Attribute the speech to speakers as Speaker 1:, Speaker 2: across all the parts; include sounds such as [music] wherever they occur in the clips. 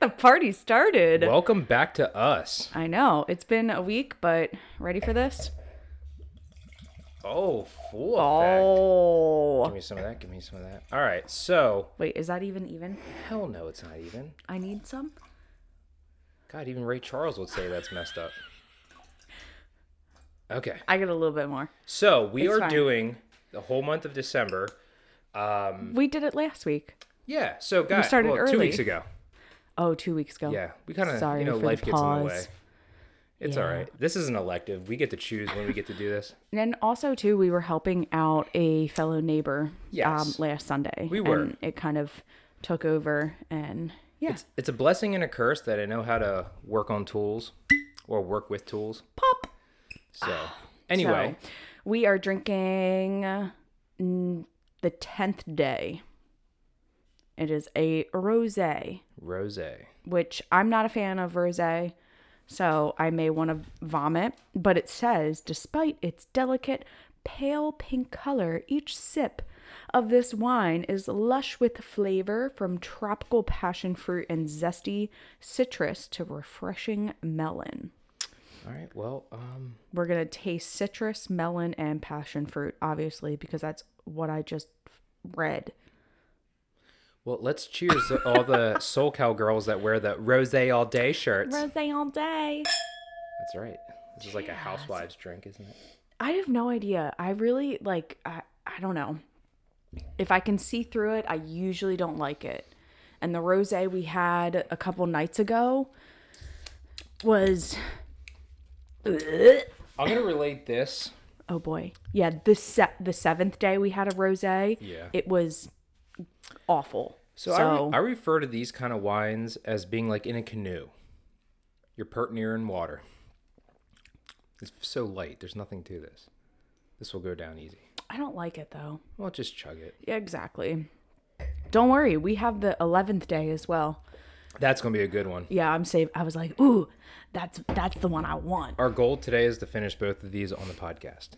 Speaker 1: the party started.
Speaker 2: Welcome back to us.
Speaker 1: I know. It's been a week, but ready for this?
Speaker 2: Oh, full effect.
Speaker 1: Oh.
Speaker 2: Give me some of that. Give me some of that. All right. So,
Speaker 1: Wait, is that even even?
Speaker 2: hell no, it's not even.
Speaker 1: I need some.
Speaker 2: God, even Ray Charles would say that's messed up. Okay.
Speaker 1: I get a little bit more.
Speaker 2: So, we
Speaker 1: It's
Speaker 2: are
Speaker 1: fine.
Speaker 2: doing the whole month of December. Um,
Speaker 1: We did it last week.
Speaker 2: Yeah. So, guys,
Speaker 1: started
Speaker 2: well, two
Speaker 1: early.
Speaker 2: weeks ago.
Speaker 1: Oh, two weeks ago.
Speaker 2: Yeah. We kind of,
Speaker 1: Sorry
Speaker 2: you know,
Speaker 1: for the
Speaker 2: life gets in the way.
Speaker 1: pause.
Speaker 2: It's all
Speaker 1: Yeah.
Speaker 2: right. This is an elective. We get to choose when we get to do this.
Speaker 1: And then also too, we were helping out a fellow neighbor um,
Speaker 2: Yes.
Speaker 1: last Sunday.
Speaker 2: We were.
Speaker 1: And it kind of took over and yeah.
Speaker 2: It's a blessing and a curse that I know how to work on tools or work with tools.
Speaker 1: Pop. Ah,
Speaker 2: So, anyway,
Speaker 1: So, we are drinking uh, n- the 10th day. It is a rosé,
Speaker 2: rose.
Speaker 1: which I'm not a fan of rosé, so I may want to vomit, but it says despite its delicate pale pink color, each sip of this wine is lush with flavor from tropical passion fruit and zesty citrus to refreshing melon.
Speaker 2: All right. Well, um,
Speaker 1: We're gonna taste citrus, melon, and passion fruit, obviously, because that's what I just read.
Speaker 2: well, let's cheers to all
Speaker 1: [laughs]
Speaker 2: the soul cow girls that wear the rose all day shirts.
Speaker 1: Rosé all day.
Speaker 2: That's right. This is like a housewives drink, isn't it?
Speaker 1: I have no idea. I really like. I I don't know. If I can see through it, I usually don't like it. And the rosé we had a couple nights ago was.
Speaker 2: I'm gonna relate this.
Speaker 1: Oh boy, yeah. The se- the seventh day we had a rosé.
Speaker 2: Yeah.
Speaker 1: It was awful.
Speaker 2: So, I, re- I refer to these kind of wines as being like in a canoe. You're pertnir in water. It's so light. There's nothing to this. This will go down easy.
Speaker 1: I don't like it though.
Speaker 2: Well, just chug it.
Speaker 1: Yeah, exactly. Don't worry, we have the eleventh day as well.
Speaker 2: That's gonna be a good one.
Speaker 1: Yeah, I'm safe. I was like, ooh, that's that's the one I want.
Speaker 2: Our goal today is to finish both of these on the podcast.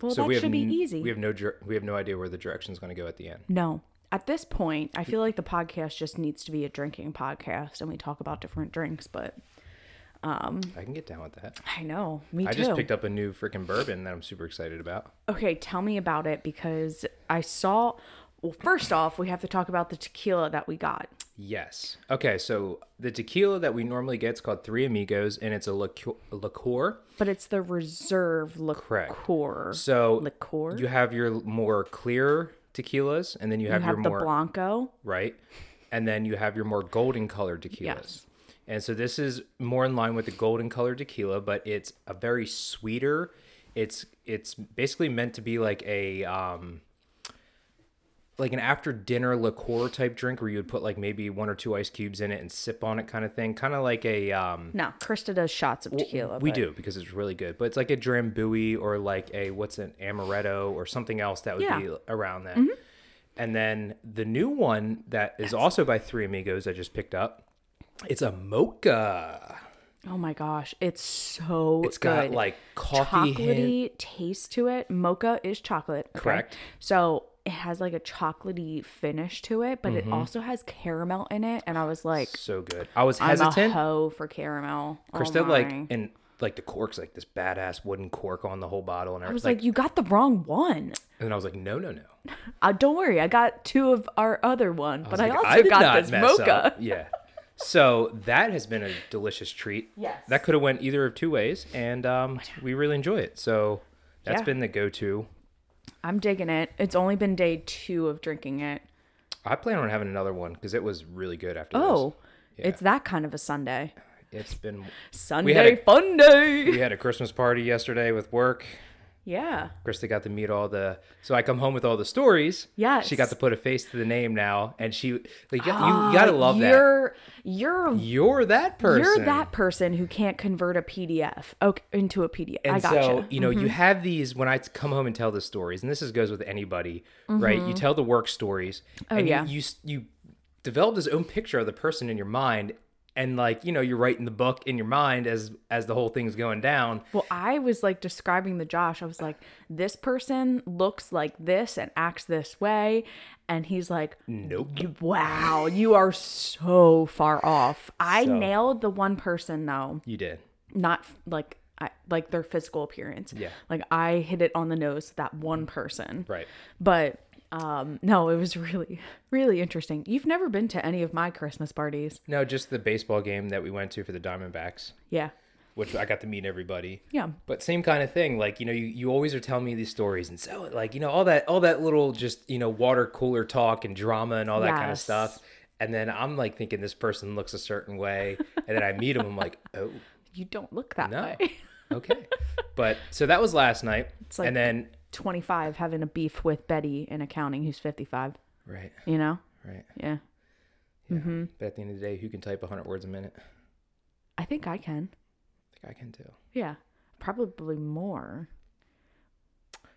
Speaker 1: Well, that should be
Speaker 2: n-
Speaker 1: easy.
Speaker 2: We have no dir- we have no idea where the direction's going to go at the end.
Speaker 1: no, at this point, I feel like the podcast just needs to be a drinking podcast, and we talk about different drinks. But
Speaker 2: I can get down with that.
Speaker 1: I know, me
Speaker 2: I
Speaker 1: too.
Speaker 2: just picked up a new freaking bourbon that I'm super excited about.
Speaker 1: okay, tell me about it because I saw. Well, first off, we have to talk about the tequila that we got.
Speaker 2: Yes. Okay, so the tequila that we normally get is called Three Amigos, and it's a liqueur. liqueur.
Speaker 1: But it's the reserve liqueur.
Speaker 2: So
Speaker 1: Liqueur?
Speaker 2: You have your more clear tequilas, and then you have,
Speaker 1: you have
Speaker 2: your
Speaker 1: the
Speaker 2: more
Speaker 1: Blanco.
Speaker 2: right? And then you have your more golden colored tequilas.
Speaker 1: Yes.
Speaker 2: And so this is more in line with the golden colored tequila, but it's a very sweeter. It's it's basically meant to be like a um like an after dinner liqueur type drink where you would put like maybe one or two ice cubes in it and sip on it kind of thing. Kind of like a um
Speaker 1: No, Krista does shots of tequila.
Speaker 2: we
Speaker 1: but-
Speaker 2: do because it's really good. But it's like a drambuie or like a what's an amaretto or something else that would
Speaker 1: Yeah. Mm-hmm.
Speaker 2: be around that. And then the new one that is also by Three Amigos I just picked up. It's a mocha.
Speaker 1: Oh my gosh, it's so
Speaker 2: It's got
Speaker 1: good.
Speaker 2: like coffee hint.
Speaker 1: chocolatey taste to it. Mocha is chocolate, okay?
Speaker 2: Correct.
Speaker 1: So it has like a chocolatey finish to it, but
Speaker 2: Mm-hmm.
Speaker 1: it also has caramel in it. And I was like,
Speaker 2: So good. I was
Speaker 1: I'm a
Speaker 2: hesitant.
Speaker 1: hoe for caramel. Oh
Speaker 2: Krista like
Speaker 1: my.
Speaker 2: and like the cork's like this badass wooden cork on the whole bottle and
Speaker 1: I was
Speaker 2: everything.
Speaker 1: like,
Speaker 2: Like,
Speaker 1: you got the wrong one.
Speaker 2: and then I was like, no, no, no.
Speaker 1: Uh, don't worry, I got two of our other one, but I,
Speaker 2: Like,
Speaker 1: also
Speaker 2: did not
Speaker 1: got this
Speaker 2: mess
Speaker 1: mocha. [laughs]
Speaker 2: up. Yeah. So that has been a delicious treat.
Speaker 1: Yes.
Speaker 2: That could have went either of two ways, and um, we really enjoy it. So that's
Speaker 1: Yeah.
Speaker 2: been the go-to.
Speaker 1: I'm digging it. It's only been day two of drinking it.
Speaker 2: I plan on having another one because it was really good after
Speaker 1: Oh, it's that kind of a Sunday.
Speaker 2: this. It's been.
Speaker 1: Sunday
Speaker 2: had a-
Speaker 1: fun day.
Speaker 2: [laughs] We had a Christmas party yesterday with work.
Speaker 1: Yeah.
Speaker 2: Krista got to meet all the. So I come home with all the stories.
Speaker 1: Yes. Ah,
Speaker 2: She got to put a face to the name now, and she like you, you gotta love that.
Speaker 1: you're, You're
Speaker 2: You're that person.
Speaker 1: you're that person who can't convert a PDF okay, into a PDF. I
Speaker 2: And
Speaker 1: gotcha. Mm-hmm.
Speaker 2: so, you know, you have these when I t- come home and tell the stories, and this is, goes with anybody, right? You tell the work stories, and you-
Speaker 1: Mm-hmm. Oh, yeah.
Speaker 2: you, s- you develop this own picture of the person in your mind, and like you know you're writing the book in your mind as as the whole thing's going down
Speaker 1: Well, I was like describing the Josh. I was like, this person looks like this and acts this way. And he's like,
Speaker 2: nope
Speaker 1: "You- wow, you are so far off. I
Speaker 2: So-
Speaker 1: nailed the one person though,
Speaker 2: you did
Speaker 1: not f- like I, like their physical appearance.
Speaker 2: Yeah.
Speaker 1: Like I hit it on the nose with that one person.
Speaker 2: right
Speaker 1: But um no, it was really really interesting. You've never been to any of my Christmas parties.
Speaker 2: no just the baseball game that we went to for the diamondbacks
Speaker 1: Yeah.
Speaker 2: which i got to meet everybody
Speaker 1: Yeah.
Speaker 2: But same kind of thing, like you know, you, you always are telling me these stories, and so like you know, all that all that little just you know water cooler talk and drama and all that kind of
Speaker 1: Yes.
Speaker 2: stuff. And then I'm like thinking this person looks a certain way, and then I meet him, I'm like, oh
Speaker 1: You don't look [laughs] that
Speaker 2: no,
Speaker 1: way.
Speaker 2: okay. But so that was last night,
Speaker 1: like-
Speaker 2: and then
Speaker 1: 25 having a beef with Betty in accounting who's 55,
Speaker 2: right,
Speaker 1: you know?
Speaker 2: right.
Speaker 1: Yeah.
Speaker 2: Yeah.
Speaker 1: Mm-hmm.
Speaker 2: But at the end of the day, who can type 100 words a minute? I
Speaker 1: I think I can.
Speaker 2: think I can too.
Speaker 1: Yeah. Probably more.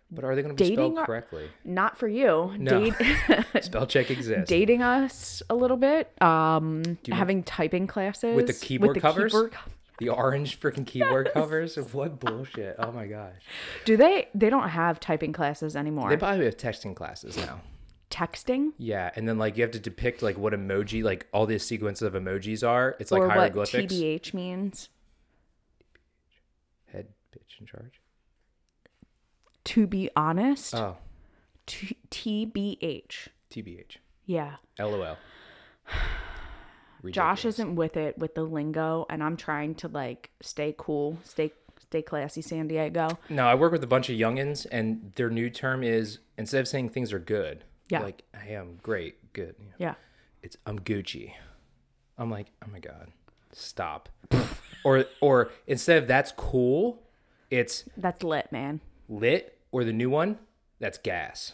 Speaker 2: But are they going to be spelled
Speaker 1: Dating are- [laughs]
Speaker 2: correctly?
Speaker 1: Not for you.
Speaker 2: [laughs] No.
Speaker 1: Date- [laughs]
Speaker 2: Spell check exists.
Speaker 1: dating us a little bit. Um
Speaker 2: you-
Speaker 1: having typing classes
Speaker 2: With the keyboard covers?
Speaker 1: co-
Speaker 2: the orange freaking keyboard covers. What bullshit! Oh my gosh.
Speaker 1: Do they they don't have typing classes anymore.
Speaker 2: They probably have texting classes now.
Speaker 1: Texting
Speaker 2: Yeah, and then like you have to depict like what emoji, like all the sequence of emojis are. It's like
Speaker 1: or what
Speaker 2: hieroglyphics.
Speaker 1: TBH means.
Speaker 2: Head bitch in charge.
Speaker 1: To be honest,
Speaker 2: Oh,
Speaker 1: T- TBH.
Speaker 2: TBH.
Speaker 1: Yeah.
Speaker 2: LOL. [sighs] Ridiculous.
Speaker 1: Josh isn't with it with the lingo, and I'm trying to like stay cool, stay stay classy, San Diego.
Speaker 2: No, I work with a bunch of youngins, and their new term is instead of saying things are good,
Speaker 1: Yeah.
Speaker 2: like I am great, good. you know,
Speaker 1: Yeah,
Speaker 2: It's I'm Gucci. I'm like, oh my god,
Speaker 1: [laughs]
Speaker 2: stop. or or instead of that's cool, it's
Speaker 1: that's lit, man.
Speaker 2: lit. Or the new one, that's gas.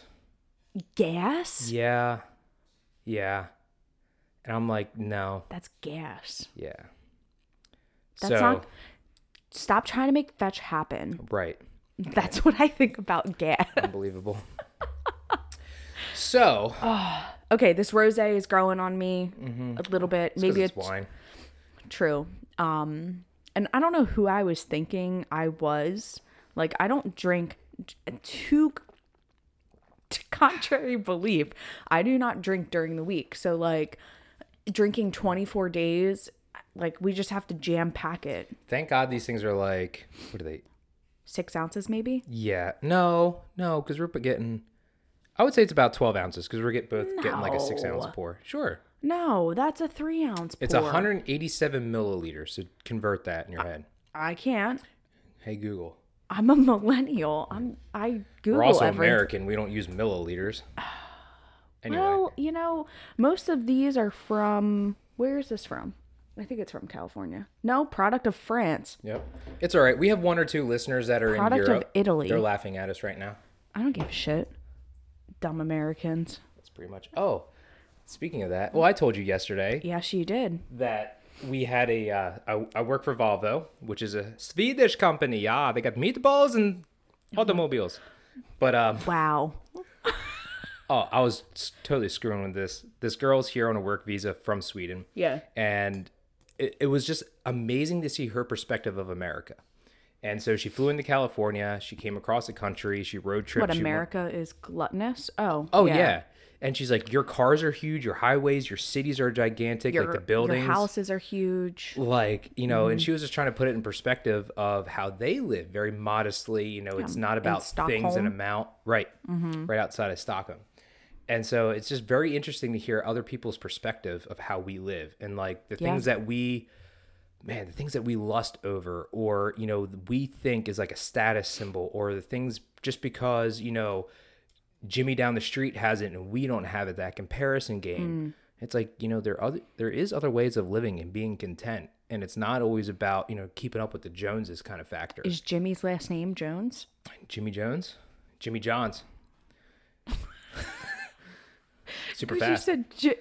Speaker 2: Mm.
Speaker 1: Gas?
Speaker 2: Yeah. Yeah. And I'm like, no.
Speaker 1: That's gas.
Speaker 2: Yeah.
Speaker 1: That's
Speaker 2: so,
Speaker 1: not. Stop trying to make fetch happen.
Speaker 2: right.
Speaker 1: That's what I think about gas. [laughs]
Speaker 2: Unbelievable. so,
Speaker 1: Oh, Okay, this rose is growing on me a little bit.
Speaker 2: maybe Mm-hmm.
Speaker 1: Maybe
Speaker 2: it's
Speaker 1: it's,
Speaker 2: wine.
Speaker 1: true. Um, and I don't know who I was thinking I was. Like, I don't drink too. To contrary belief, I do not drink during the week. So, like, drinking 24 days, like, we just have to jam pack it.
Speaker 2: Thank God these things are like, what are they?
Speaker 1: Six ounces, maybe?
Speaker 2: Yeah. No, no, because we're getting, I would say it's about 12 ounces because we're get, both getting like a six ounce
Speaker 1: No.
Speaker 2: pour. Sure.
Speaker 1: No, that's a three ounce.
Speaker 2: It's
Speaker 1: pour. Ah.
Speaker 2: 187 milliliters. So convert that in your head.
Speaker 1: I can't.
Speaker 2: Hey, Google.
Speaker 1: I'm a millennial. I'm. I Google
Speaker 2: We're also
Speaker 1: everything.
Speaker 2: American. We don't use milliliters. Anyway.
Speaker 1: Well, you know, most of these are from. Where is this from? I think it's from California. No, product of France.
Speaker 2: Yep. It's all right. We have one or two listeners that are
Speaker 1: Product
Speaker 2: in
Speaker 1: of
Speaker 2: Europe.
Speaker 1: Italy.
Speaker 2: They're laughing at us right now.
Speaker 1: I don't give a shit. Dumb Americans.
Speaker 2: That's pretty much. Oh, speaking of that, well, I told you yesterday
Speaker 1: Yeah, she did.
Speaker 2: that we had a. Uh, I, I work for Volvo, which is a Swedish company. Yeah, they got meatballs and
Speaker 1: Mhm.
Speaker 2: automobiles. But um,
Speaker 1: Wow.
Speaker 2: oh, I was s- totally screwing with this. This girl's here on a work visa from Sweden.
Speaker 1: Yeah.
Speaker 2: and it, it was just amazing to see her perspective of America. And so she flew into California. She came across the country. She road tripped.
Speaker 1: What
Speaker 2: she went-
Speaker 1: America is gluttonous? Oh.
Speaker 2: oh yeah. And she's like, your cars are huge. Your highways, your cities are gigantic.
Speaker 1: Your, Mm-hmm.
Speaker 2: like the buildings,
Speaker 1: your houses are huge.
Speaker 2: like you know. And she was just trying to put it in perspective of how they live, very modestly. You know, it's not about things
Speaker 1: Stockholm. Mm-hmm.
Speaker 2: and amount, right? Right outside of Stockholm. And so it's just very interesting to hear other people's perspective of how we live and like the
Speaker 1: Yeah.
Speaker 2: things that we man, the things that we lust over or, you know, we think is like a status symbol or the things just because, you know, Jimmy down the street has it and we don't have it, that comparison game.
Speaker 1: Mm.
Speaker 2: It's like, you know, there are other there is other ways of living and being content. And it's not always about, you know, keeping up with the Joneses kind of factor.
Speaker 1: Is Jimmy's last name Jones?
Speaker 2: Jimmy Jones? Jimmy Johns.
Speaker 1: [laughs]
Speaker 2: Super
Speaker 1: Because you
Speaker 2: fast.
Speaker 1: said J-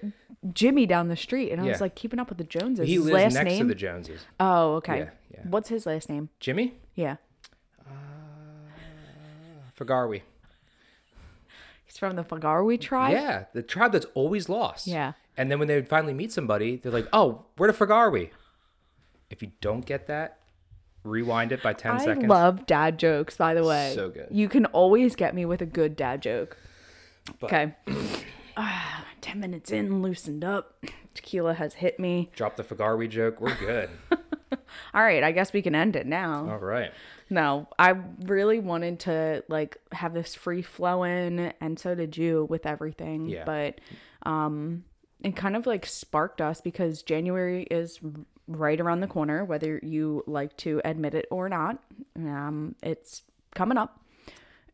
Speaker 1: Jimmy down the street, and I was
Speaker 2: Yeah.
Speaker 1: like keeping up with the Joneses.
Speaker 2: He
Speaker 1: His
Speaker 2: lives
Speaker 1: last
Speaker 2: next
Speaker 1: name?
Speaker 2: to the Joneses.
Speaker 1: Oh, okay.
Speaker 2: Yeah, yeah.
Speaker 1: What's his last name?
Speaker 2: Jimmy?
Speaker 1: Yeah.
Speaker 2: Fagarwi.
Speaker 1: He's from the Fagarwi tribe.
Speaker 2: Yeah, the tribe that's always lost.
Speaker 1: Yeah.
Speaker 2: And then when they would finally meet somebody, they're like, "Oh, where the frick are we?" If you don't get that, rewind it by ten
Speaker 1: I
Speaker 2: seconds.
Speaker 1: love dad jokes, by the way.
Speaker 2: So good.
Speaker 1: You can always get me with a good dad joke. okay. [sighs] Ah, 10 minutes in, loosened up. Tequila has hit me.
Speaker 2: Drop the Fagarwi joke. We're
Speaker 1: [laughs]
Speaker 2: good.
Speaker 1: All right, I guess we can end it now.
Speaker 2: All right.
Speaker 1: No, I really wanted to like have this free flowing, and so did you with everything.
Speaker 2: Yeah.
Speaker 1: But um, it kind of like sparked us because January is r- right around the corner, whether you like to admit it or not. Um, it's coming up,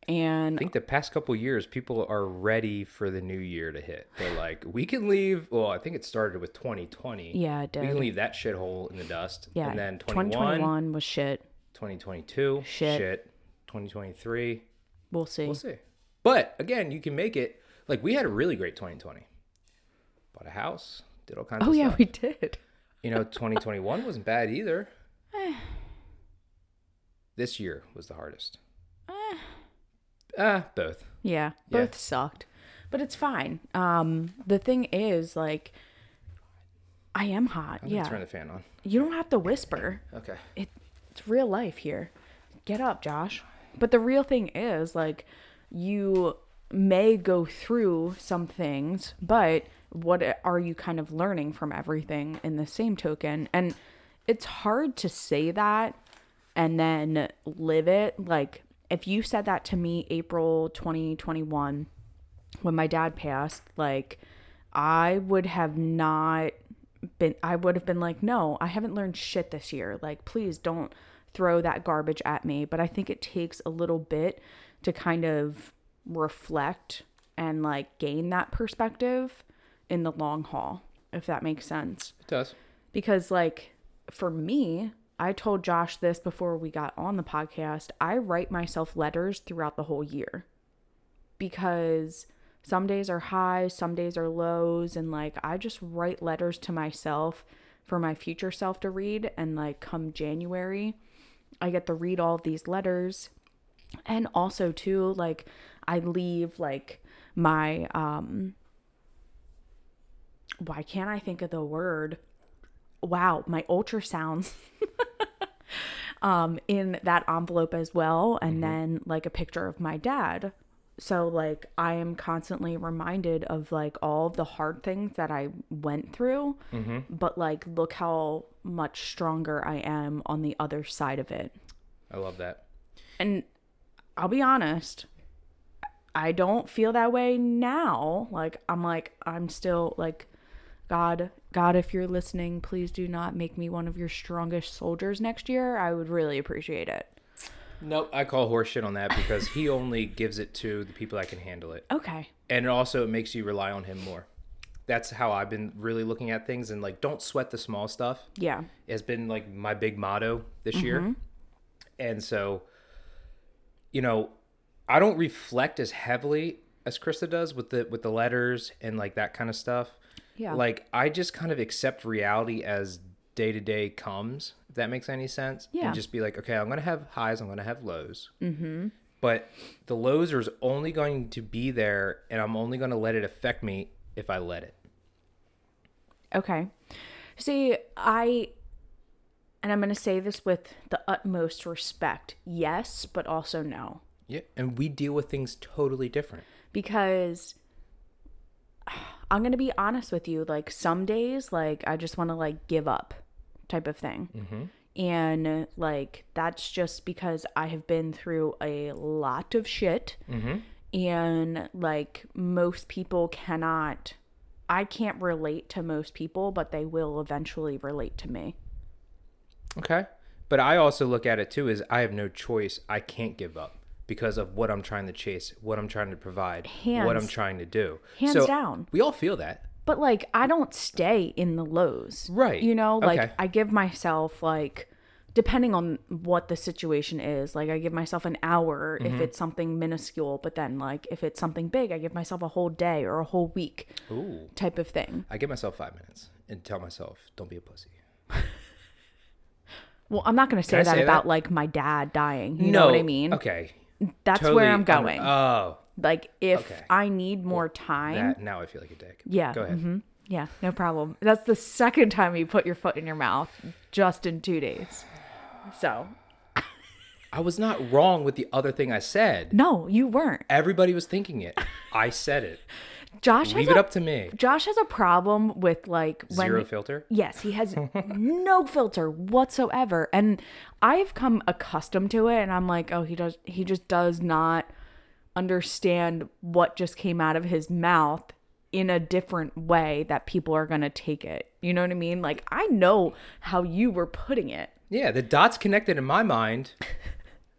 Speaker 1: and
Speaker 2: I think the past couple years, people are ready for the new year to hit. They're like, we can leave. Well, I think it started with 2020.
Speaker 1: Yeah, it
Speaker 2: We
Speaker 1: did.
Speaker 2: can leave that shithole in the dust.
Speaker 1: yeah,
Speaker 2: And then 21,
Speaker 1: 2021 was shit.
Speaker 2: 2022,
Speaker 1: Shit.
Speaker 2: 2023.
Speaker 1: We'll see.
Speaker 2: We'll see. But again, you can make it. Like, we had a really great 2020. Bought a house, did all kinds
Speaker 1: [laughs] oh
Speaker 2: of
Speaker 1: yeah,
Speaker 2: stuff.
Speaker 1: we did.
Speaker 2: You know, 2021 wasn't bad [sighs] either. this year was the [sighs] hardest. Ah, both.
Speaker 1: Yeah,
Speaker 2: Yeah.
Speaker 1: both sucked, but it's fine. Um, the thing is, like, I am hot.
Speaker 2: I'm
Speaker 1: yeah,
Speaker 2: going to turn the fan on.
Speaker 1: you don't have to whisper.
Speaker 2: Okay.
Speaker 1: It, it's real life here. Get up, Josh. But the real thing is, like, you may go through some things, but what are you kind of learning from everything in the same token? And it's hard to say that and then live it. Like, if you said that to me April 2021, when my dad passed, like I would have not been I would have been like, "No, I haven't learned shit this year. Like please don't throw that garbage at me." But I think it takes a little bit to kind of reflect and like gain that perspective in the long haul, if that makes sense
Speaker 2: It does.
Speaker 1: because like for me i told josh this before we got on the podcast i write myself letters throughout the whole year because some days are highs some days are lows and like i just write letters to myself for my future self to read and like come january i get to read all of these letters and also too like i leave like my um why can't i think of the word wow, my ultrasounds [laughs] um, in that envelope as well. And then like a picture of my dad. So like I am constantly reminded of like all of the hard things that I went through, but like look how much stronger I am on the other side of it.
Speaker 2: I love that.
Speaker 1: And I'll be honest, I don't feel that way now. Like I'm like I'm still like God, God if you're listening, please do not make me one of your strongest soldiers next year. I would really appreciate it.
Speaker 2: Nope. I call horseshit on that because he only gives it to the people that can handle it.
Speaker 1: Okay.
Speaker 2: And it also it makes you rely on him more. That's how I've been really looking at things and like don't sweat the small stuff
Speaker 1: Yeah.
Speaker 2: has been like my big motto this
Speaker 1: Mm-hmm.
Speaker 2: year. And so, you know, I don't reflect as heavily as Krista does with the with the letters and like that kind of stuff.
Speaker 1: Yeah.
Speaker 2: Like I just kind of accept reality as day to day comes, if that makes any sense.
Speaker 1: Yeah.
Speaker 2: And just be like, okay, I'm gonna have highs, I'm gonna have lows. Mm-hmm. But the lows are only going to be there and I'm only gonna let it affect me if I let it.
Speaker 1: Okay. See, I and I'm going to say this with the utmost respect. Yes, but also no.
Speaker 2: Yeah. And we deal with things totally different.
Speaker 1: because [sighs] I'm gonna be honest with you. Like some days, like I just want to like give up, type of thing. And like that's just because I have been through a lot of shit, and like most people cannot. I can't relate to most people, but they will eventually relate to me.
Speaker 2: Okay. But I also look at it too as I have no choice. I can't give up because of what I'm trying to chase, what I'm trying to provide, what I'm
Speaker 1: Hands-
Speaker 2: trying to do.
Speaker 1: hands down.
Speaker 2: We all feel that.
Speaker 1: But like I don't stay in the lows.
Speaker 2: Right.
Speaker 1: You know, like
Speaker 2: Okay.
Speaker 1: I give myself like depending on what the situation is, like I give myself an hour
Speaker 2: Mm-hmm.
Speaker 1: if it's something minuscule, but then like if it's something big, I give myself a whole day or a whole week
Speaker 2: Ooh.
Speaker 1: type of thing.
Speaker 2: I give myself five minutes and tell myself, don't be a pussy.
Speaker 1: Well, I'm not going to say
Speaker 2: I
Speaker 1: that
Speaker 2: say
Speaker 1: about
Speaker 2: that?
Speaker 1: like my dad dying. You know what I mean?
Speaker 2: Okay.
Speaker 1: That's
Speaker 2: Totally
Speaker 1: where I'm
Speaker 2: under-
Speaker 1: going.
Speaker 2: oh,
Speaker 1: like if
Speaker 2: okay.
Speaker 1: I need more time,
Speaker 2: that now I feel like a dick.
Speaker 1: Yeah,
Speaker 2: Go
Speaker 1: Mm-hmm.
Speaker 2: ahead.
Speaker 1: Yeah, no problem. That's the second time you put your foot in your mouth just in two days. So,
Speaker 2: I was not wrong with the other thing I said.
Speaker 1: no, you weren't.
Speaker 2: Everybody was thinking it. I said
Speaker 1: [laughs]
Speaker 2: it.
Speaker 1: Josh has
Speaker 2: Leave
Speaker 1: a,
Speaker 2: it up to me.
Speaker 1: Josh has a problem with like when
Speaker 2: Zero filter.
Speaker 1: Yes, he
Speaker 2: [laughs]
Speaker 1: has no filter whatsoever. And I've come accustomed to it and I'm like, "Oh, he does he just does not understand what just came out of his mouth in a different way that people are going to take it." You know what I mean? Like I know how you were putting it.
Speaker 2: Yeah, the dots connected in my mind.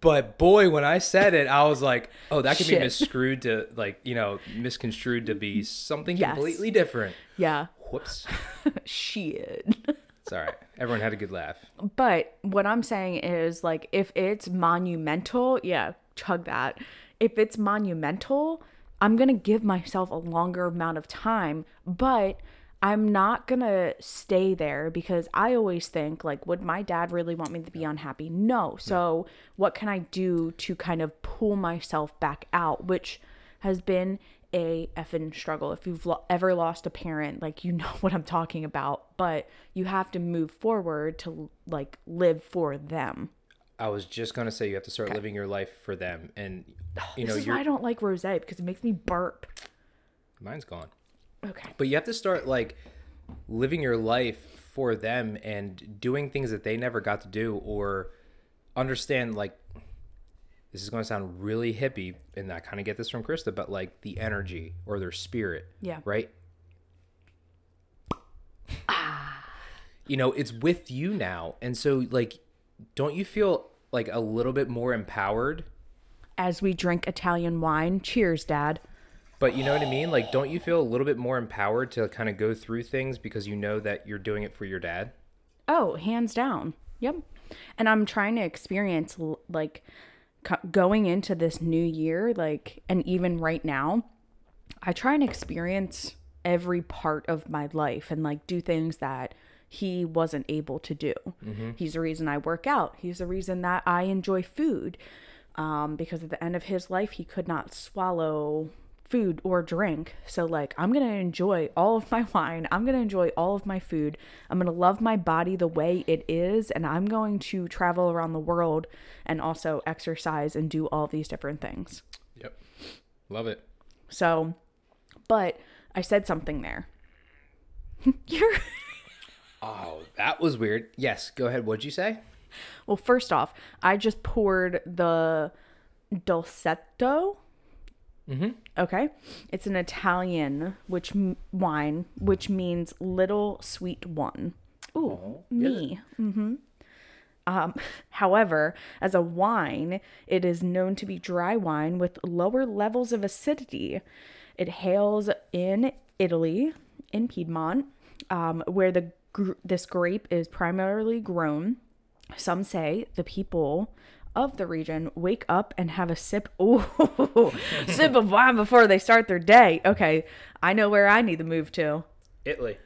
Speaker 2: But boy, when I said it, I was like, "Oh, that could
Speaker 1: Shit.
Speaker 2: be misconstrued to like you know misconstrued to be something
Speaker 1: Yes.
Speaker 2: completely different."
Speaker 1: Yeah. [laughs]
Speaker 2: Whoops.
Speaker 1: Shit.
Speaker 2: It's all right. Everyone had a good laugh.
Speaker 1: But what I'm saying is, like, if it's monumental, yeah, chug that. If it's monumental, I'm going to give myself a longer amount of time, but I'm not going to stay there because I always think, like, would my dad really want me to be unhappy? No. So, what can I do to kind of pull myself back out, which has been a effing struggle. If you've lo- ever lost a parent, like you [laughs] know what I'm talking about, but you have to move forward to like live for them.
Speaker 2: I was just gonna say you have to start living your life for them, and you know
Speaker 1: Oh, This is why I
Speaker 2: your
Speaker 1: don't like rose because it makes me burp.
Speaker 2: mine's gone.
Speaker 1: Okay.
Speaker 2: But you have to start like living your life for them and doing things that they never got to do or understand like this is going to sound really hippie and I kind of get this from Krista but like the energy or their spirit.
Speaker 1: Yeah.
Speaker 2: Right? You know, it's with you now. And so like don't you feel like a little bit more empowered?
Speaker 1: As we drink Italian wine, cheers, dad.
Speaker 2: But you know what I mean? Like don't you feel a little bit more empowered to kind of go through things because you know that you're doing it for your dad?
Speaker 1: Oh, hands down. Yep. And I'm trying to experience l- like co- going into this new year, like, and even right now, I try and experience every part of my life and like do things that he wasn't able to do. He's the reason I work out, he's the reason that I enjoy food. Um, because at the end of his life, he could not swallow food or drink. So, like, I'm going to enjoy all of my [laughs] wine. I'm going to enjoy all of my food. I'm going to love my body the way it is. And I'm going to travel around the world and also exercise and do all these different things.
Speaker 2: Yep. Love it.
Speaker 1: So, but I said something there. [laughs] You're
Speaker 2: Oh, that was weird. Yes, go ahead. What'd you say?
Speaker 1: well. First off, I just poured the Dolcetto. Mm-hmm. Okay, it's an Italian which m- wine, which means little sweet one. Ooh, me. Mm-hmm. Um, [laughs] however, as a wine, it is known to be dry wine with lower levels of acidity. It hails in Italy, in Piedmont, um, where the gr- this grape is primarily grown. Some say the people of the region wake up and have a sip [laughs] ooh [laughs] sip of wine before they start their day. Okay, I know where I need to move to
Speaker 2: Italy.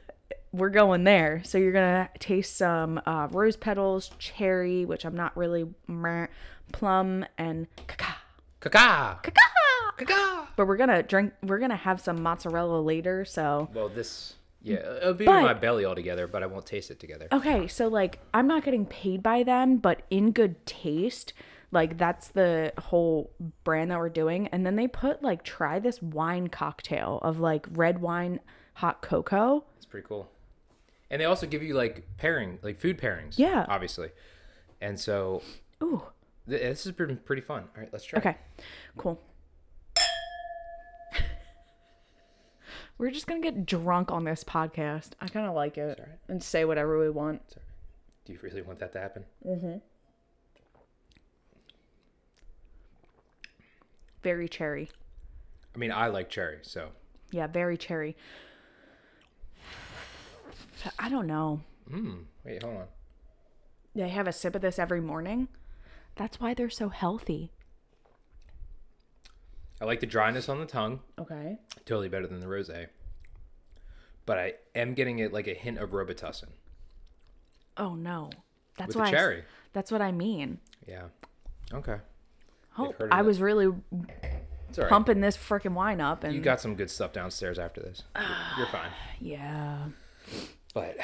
Speaker 1: we're going there. So you're gonna taste some uh, rose petals, cherry, which I'm not really meh, plum and cacao.
Speaker 2: Kaka.
Speaker 1: Cacao!
Speaker 2: Kaka.
Speaker 1: But we're gonna drink. We're gonna have some mozzarella later. So
Speaker 2: Well, this yeah, it'll be
Speaker 1: But-
Speaker 2: in my belly altogether, but I won't taste it together.
Speaker 1: okay, so like I'm not getting paid by them, but in good taste. Like that's the whole brand that we're doing. And then they put like try this wine cocktail of like red wine, hot cocoa.
Speaker 2: It's pretty cool. And they also give you like pairing, like food pairings.
Speaker 1: Yeah.
Speaker 2: Obviously. And so
Speaker 1: Ooh.
Speaker 2: th- this has been pretty fun. All right, let's try. it.
Speaker 1: Okay, cool. [laughs] We're just gonna get drunk on this podcast. I kind of like it
Speaker 2: alright.
Speaker 1: and say whatever we want.
Speaker 2: Do you really want that to happen?
Speaker 1: Very cherry.
Speaker 2: I mean, I like cherry, so
Speaker 1: Yeah, very cherry. I don't know.
Speaker 2: wait, hold on.
Speaker 1: They have a sip of this every morning. That's why they're so healthy.
Speaker 2: I like the dryness on the tongue.
Speaker 1: Okay.
Speaker 2: Totally better than the rosé. But I am getting it like a hint of Robitussin.
Speaker 1: Oh no. That's
Speaker 2: With the
Speaker 1: why I s-
Speaker 2: cherry.
Speaker 1: that's what I mean.
Speaker 2: Yeah. Okay.
Speaker 1: Oh,
Speaker 2: heard of
Speaker 1: I
Speaker 2: it.
Speaker 1: was really
Speaker 2: It's all right.
Speaker 1: pumping this freaking wine up. And
Speaker 2: You got some good stuff downstairs after this. You're, you're fine.
Speaker 1: yeah.
Speaker 2: But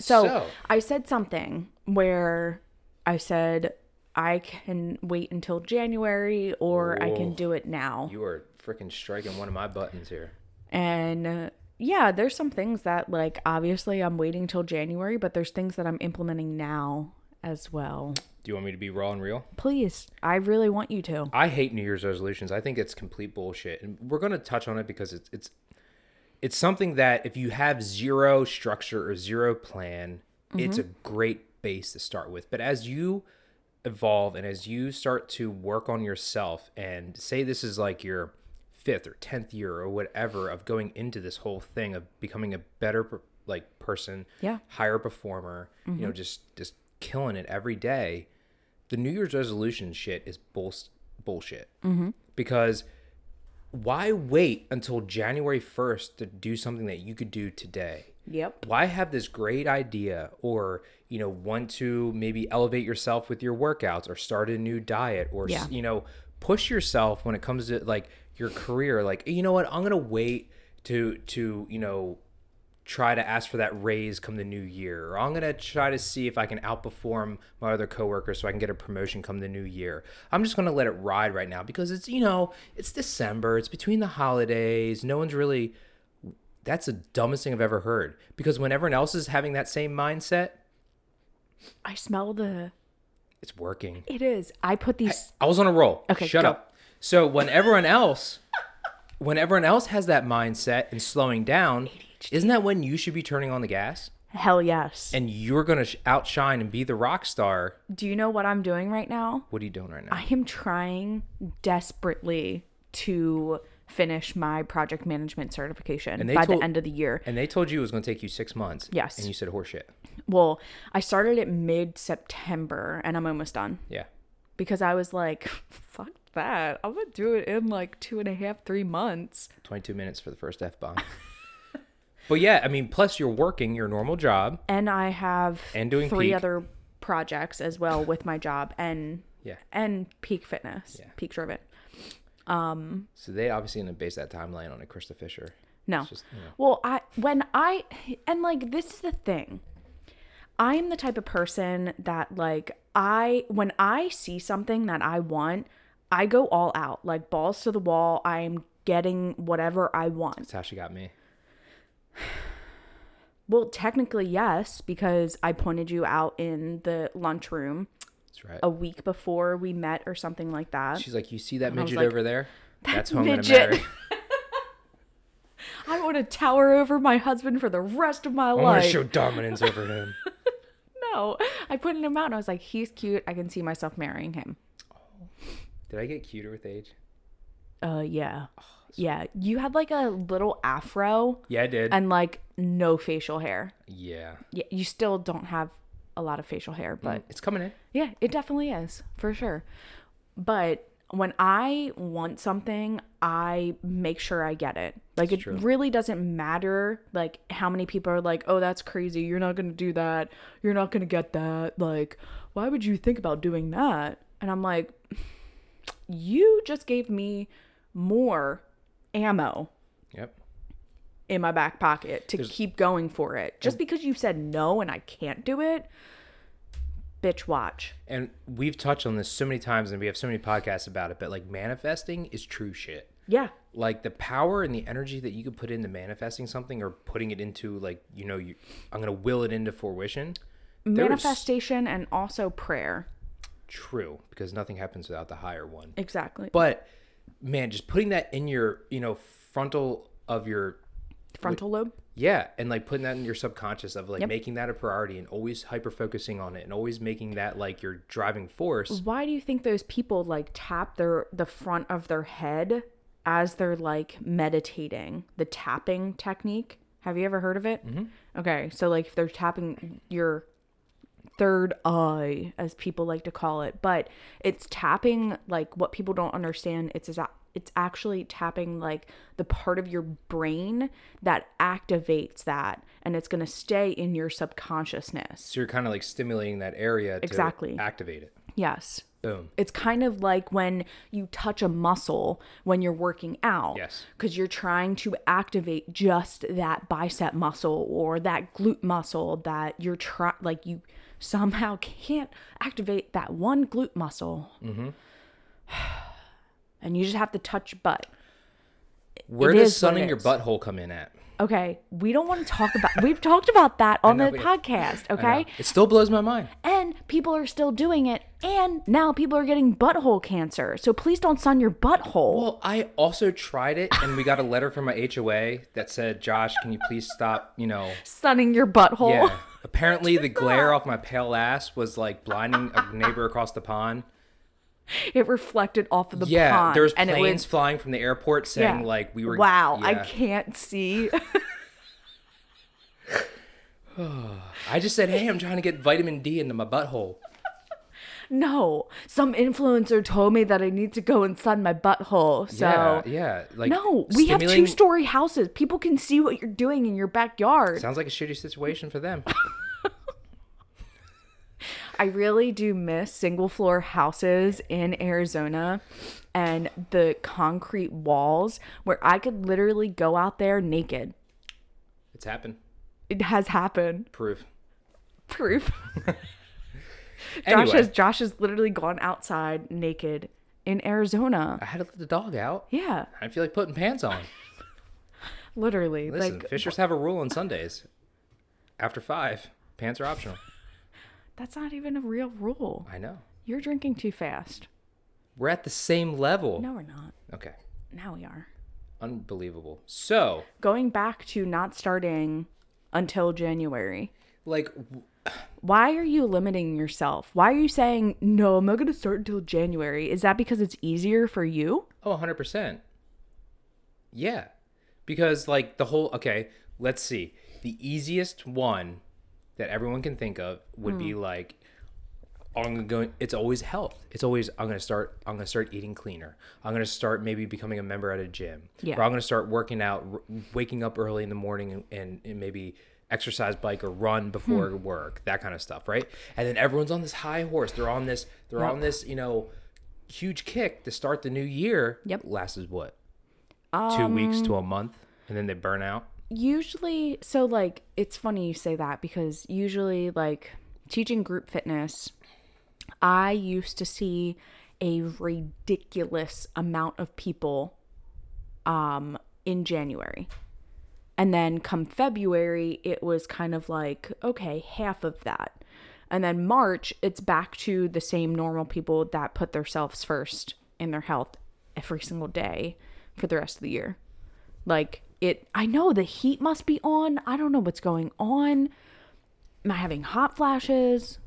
Speaker 1: So,
Speaker 2: So-
Speaker 1: I said something where I said I can wait until January or I can
Speaker 2: Whoa.
Speaker 1: do it now.
Speaker 2: you are freaking striking one of my buttons here.
Speaker 1: And uh, yeah, there's some things that like obviously I'm waiting till January, but there's things that I'm implementing now as well.
Speaker 2: Do you want me to be raw and real?
Speaker 1: Please, I really want you to.
Speaker 2: I hate New Year's resolutions. I think it's complete bullshit. And we're gonna touch on it because it's it's it's something that if you have zero structure or zero plan, it's a great base to start with. But as you evolve and as you start to work on yourself and say this is like your fifth or tenth year or whatever of going into this whole thing of becoming a better per- like person,
Speaker 1: Yeah.
Speaker 2: higher performer, you know, just just killing it every day the New Year's resolution shit is bulls- bullshit. Mm-hmm. Because why wait until January 1st to do something that you could do today?
Speaker 1: Yep.
Speaker 2: Why have this great idea or, you know, want to maybe elevate yourself with your workouts or start a new diet or, s-
Speaker 1: Yeah.
Speaker 2: you know, push yourself when it comes to like your career? Like, you know what? I'm going to wait to, to, you know, try to ask for that raise come the new year or i'm going to try to see if i can outperform my other coworkers so i can get a promotion come the new year i'm just going to let it ride right now because it's you know it's december it's between the holidays no one's really that's the dumbest thing i've ever heard because when everyone else is having that same mindset
Speaker 1: I smell the.
Speaker 2: it's working
Speaker 1: It is. I put these.
Speaker 2: I was on a roll.
Speaker 1: Okay,
Speaker 2: shut
Speaker 1: go.
Speaker 2: up. So when everyone else, when everyone else has that mindset and slowing down, isn't that when you should be turning on the gas
Speaker 1: Hell yes.
Speaker 2: and you're gonna sh- outshine and be the rock star?
Speaker 1: Do you know what I'm doing right now?
Speaker 2: What are you doing right now?
Speaker 1: I am trying desperately to finish my project management certification
Speaker 2: they
Speaker 1: by
Speaker 2: told-
Speaker 1: the end of the year.
Speaker 2: and they told you it was gonna take you six months.
Speaker 1: Yes.
Speaker 2: And you said horseshit.
Speaker 1: Well, I started it mid September and I'm almost done
Speaker 2: Yeah.
Speaker 1: because I was like, fuck that. I'm going to do it in like two and a half, three months.
Speaker 2: Twenty-two minutes for the first f
Speaker 1: [laughs]
Speaker 2: bomb. but yeah, I mean, plus you're working your normal job.
Speaker 1: And I have
Speaker 2: And doing
Speaker 1: three
Speaker 2: peak.
Speaker 1: other projects as well with my job and
Speaker 2: Yeah.
Speaker 1: and peak fitness,
Speaker 2: Yeah.
Speaker 1: peak driven.
Speaker 2: So they obviously didn't base that timeline on a Krista Fisher.
Speaker 1: No.
Speaker 2: just, you know.
Speaker 1: Well, I when I and like this is the thing. I am the type of person that like I when I see something that I want, I go all out, like balls to the wall. I am getting whatever I want.
Speaker 2: That's how she got me.
Speaker 1: Well, technically yes, because I pointed you out in the lunchroom
Speaker 2: That's right.
Speaker 1: a week before we met or something like that.
Speaker 2: She's like, you see that midget
Speaker 1: like,
Speaker 2: over there? That's who I'm
Speaker 1: midget."
Speaker 2: gonna marry.
Speaker 1: [laughs] I want to tower over my husband for the rest of my
Speaker 2: I want
Speaker 1: life.
Speaker 2: to show dominance over
Speaker 1: [laughs]
Speaker 2: him.
Speaker 1: no, I pointed him out and I was like, he's cute. I can see myself marrying him.
Speaker 2: Did I get cuter with age?
Speaker 1: Uh, yeah. Yeah. You had like a little afro
Speaker 2: Yeah, I did.
Speaker 1: and like no facial hair.
Speaker 2: yeah,
Speaker 1: Yeah. You still don't have a lot of facial hair, but
Speaker 2: it's coming in.
Speaker 1: yeah, it definitely is for sure. But when I want something, I make sure I get it. Like it really doesn't matter like how many people are like, "Oh, that's crazy. You're not going to do that. You're not going to get that." Like, why would you think about doing that? And I'm like, "You just gave me more ammo
Speaker 2: Yep.
Speaker 1: in my back pocket to keep going for it. Just because you said no and I can't do it, bitch watch."
Speaker 2: And we've touched on this so many times, and we have so many podcasts about it. But like manifesting is true shit.
Speaker 1: Yeah.
Speaker 2: Like the power and the energy that you could put into manifesting something or putting it into like you know you, I'm gonna will it into fruition. There is
Speaker 1: manifestation and also prayer.
Speaker 2: True, because nothing happens without the higher one.
Speaker 1: Exactly.
Speaker 2: But man, just putting that in your you know frontal of your
Speaker 1: Frontal lobe.
Speaker 2: Yeah, and like putting that in your subconscious of like making that a priority and always hyper focusing on it and always making that like your driving force.
Speaker 1: Why do you think those people like tap their the front of their head as they're like meditating? The tapping technique. Have you ever heard of it? Mm-hmm. Okay, so like if they're tapping your third eye, as people like to call it, but it's tapping like what people don't understand. It's is it's actually tapping like the part of your brain that activates that, and it's gonna stay in your subconsciousness.
Speaker 2: So you're kind of like stimulating that area to
Speaker 1: Exactly.
Speaker 2: activate it.
Speaker 1: Yes.
Speaker 2: Boom.
Speaker 1: It's kind of like when you touch a muscle when you're working out.
Speaker 2: Yes.
Speaker 1: Because you're trying to activate just that bicep muscle or that glute muscle that you're trying, like, you somehow [laughs] can't activate that one glute muscle. Mm-hmm. [sighs] And you just have to touch your butt.
Speaker 2: Where
Speaker 1: It
Speaker 2: does
Speaker 1: is what
Speaker 2: sun
Speaker 1: it
Speaker 2: in your
Speaker 1: is.
Speaker 2: butthole come in at?
Speaker 1: Okay. We don't want to talk about, we've talked about that on
Speaker 2: know,
Speaker 1: the
Speaker 2: but-
Speaker 1: podcast.
Speaker 2: I
Speaker 1: Okay.
Speaker 2: know. It still blows my mind.
Speaker 1: And people are still doing it. And now people are getting butthole cancer. So please don't sun your butthole.
Speaker 2: Well, I also tried it, and we got a letter from my HOA that said, "Josh, can you please stop? You
Speaker 1: [laughs]
Speaker 2: know,
Speaker 1: sunning your butthole.
Speaker 2: yeah." Apparently, the glare off my pale ass was like blinding a neighbor across the pond.
Speaker 1: [laughs] It reflected off of the
Speaker 2: yeah,
Speaker 1: pond.
Speaker 2: there was
Speaker 1: and
Speaker 2: planes
Speaker 1: it was,
Speaker 2: flying from the airport saying like we were.
Speaker 1: Wow, I
Speaker 2: yeah.
Speaker 1: can't see. [laughs]
Speaker 2: I just said, "Hey, I'm trying to get vitamin D into my
Speaker 1: [laughs]
Speaker 2: butthole."
Speaker 1: no, some influencer told me that I need to go and sun my butthole. So
Speaker 2: yeah, yeah. Like
Speaker 1: no, we have
Speaker 2: stimulating-
Speaker 1: two-story houses. People can see what you're doing in your backyard.
Speaker 2: Sounds like a shitty situation for
Speaker 1: [laughs]
Speaker 2: them.
Speaker 1: I really do miss single floor houses in Arizona and the concrete walls where I could literally go out there naked.
Speaker 2: it's happened.
Speaker 1: It has happened. [laughs]
Speaker 2: Proof.
Speaker 1: Proof.
Speaker 2: Anyway,
Speaker 1: Josh has Josh has literally gone outside naked in Arizona.
Speaker 2: I had to let the dog out.
Speaker 1: Yeah,
Speaker 2: I feel like putting pants on.
Speaker 1: literally.
Speaker 2: Listen,
Speaker 1: [laughs] like
Speaker 2: Fishers have a rule on Sundays. After five, pants are optional.
Speaker 1: that's not even a real rule.
Speaker 2: I know.
Speaker 1: You're drinking too fast.
Speaker 2: We're at the same level.
Speaker 1: No, we're not.
Speaker 2: Okay.
Speaker 1: Now we are.
Speaker 2: Unbelievable. So,
Speaker 1: Going back to not starting until January.
Speaker 2: like, w-
Speaker 1: Why are you limiting yourself? Why are you saying, no, I'm not going to start until January? Is that because it's easier for you?
Speaker 2: oh, 100%. Yeah. Because, like, the whole, okay, let's see. The easiest one that everyone can think of would
Speaker 1: Hmm.
Speaker 2: be like, I'm going to, it's always health. It's always, I'm going to start, I'm going to start eating cleaner. I'm going to start maybe becoming a member at a gym.
Speaker 1: Yeah.
Speaker 2: Or I'm going to start working out, r- waking up early in the morning and, and, and maybe exercise bike or run before
Speaker 1: Hmm.
Speaker 2: work, that kind of stuff. Right. And then everyone's on this high horse. They're on this, they're on this, you know, huge kick to start the new year.
Speaker 1: Yep.
Speaker 2: Lasts is what? Two weeks to
Speaker 1: Um,
Speaker 2: a month. And then they burn out.
Speaker 1: Usually, so like, it's funny you say that because usually, like, teaching group fitness, I used to see a ridiculous amount of people um, in January. And then come February, it was kind of like, okay, half of that. And then March, it's back to the same normal people that put themselves first in their health every single day for the rest of the year. Like it, I know the heat must be on. I don't know what's going on. Am I having hot flashes?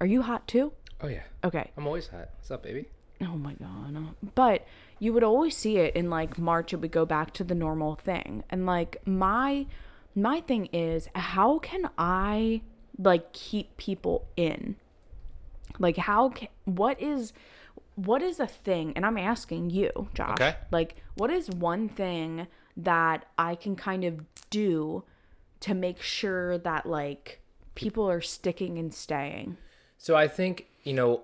Speaker 1: Are you hot too?
Speaker 2: Oh, yeah.
Speaker 1: Okay.
Speaker 2: I'm always hot. What's up, baby?
Speaker 1: Oh my god. But you would always see it in like March it would go back to the normal thing. And like my my thing is how can I like keep people in? Like how can, what is what is a thing and I'm asking you, Josh.
Speaker 2: Okay.
Speaker 1: Like what is one thing that I can kind of do to make sure that like people are sticking and staying?
Speaker 2: So I think, you know,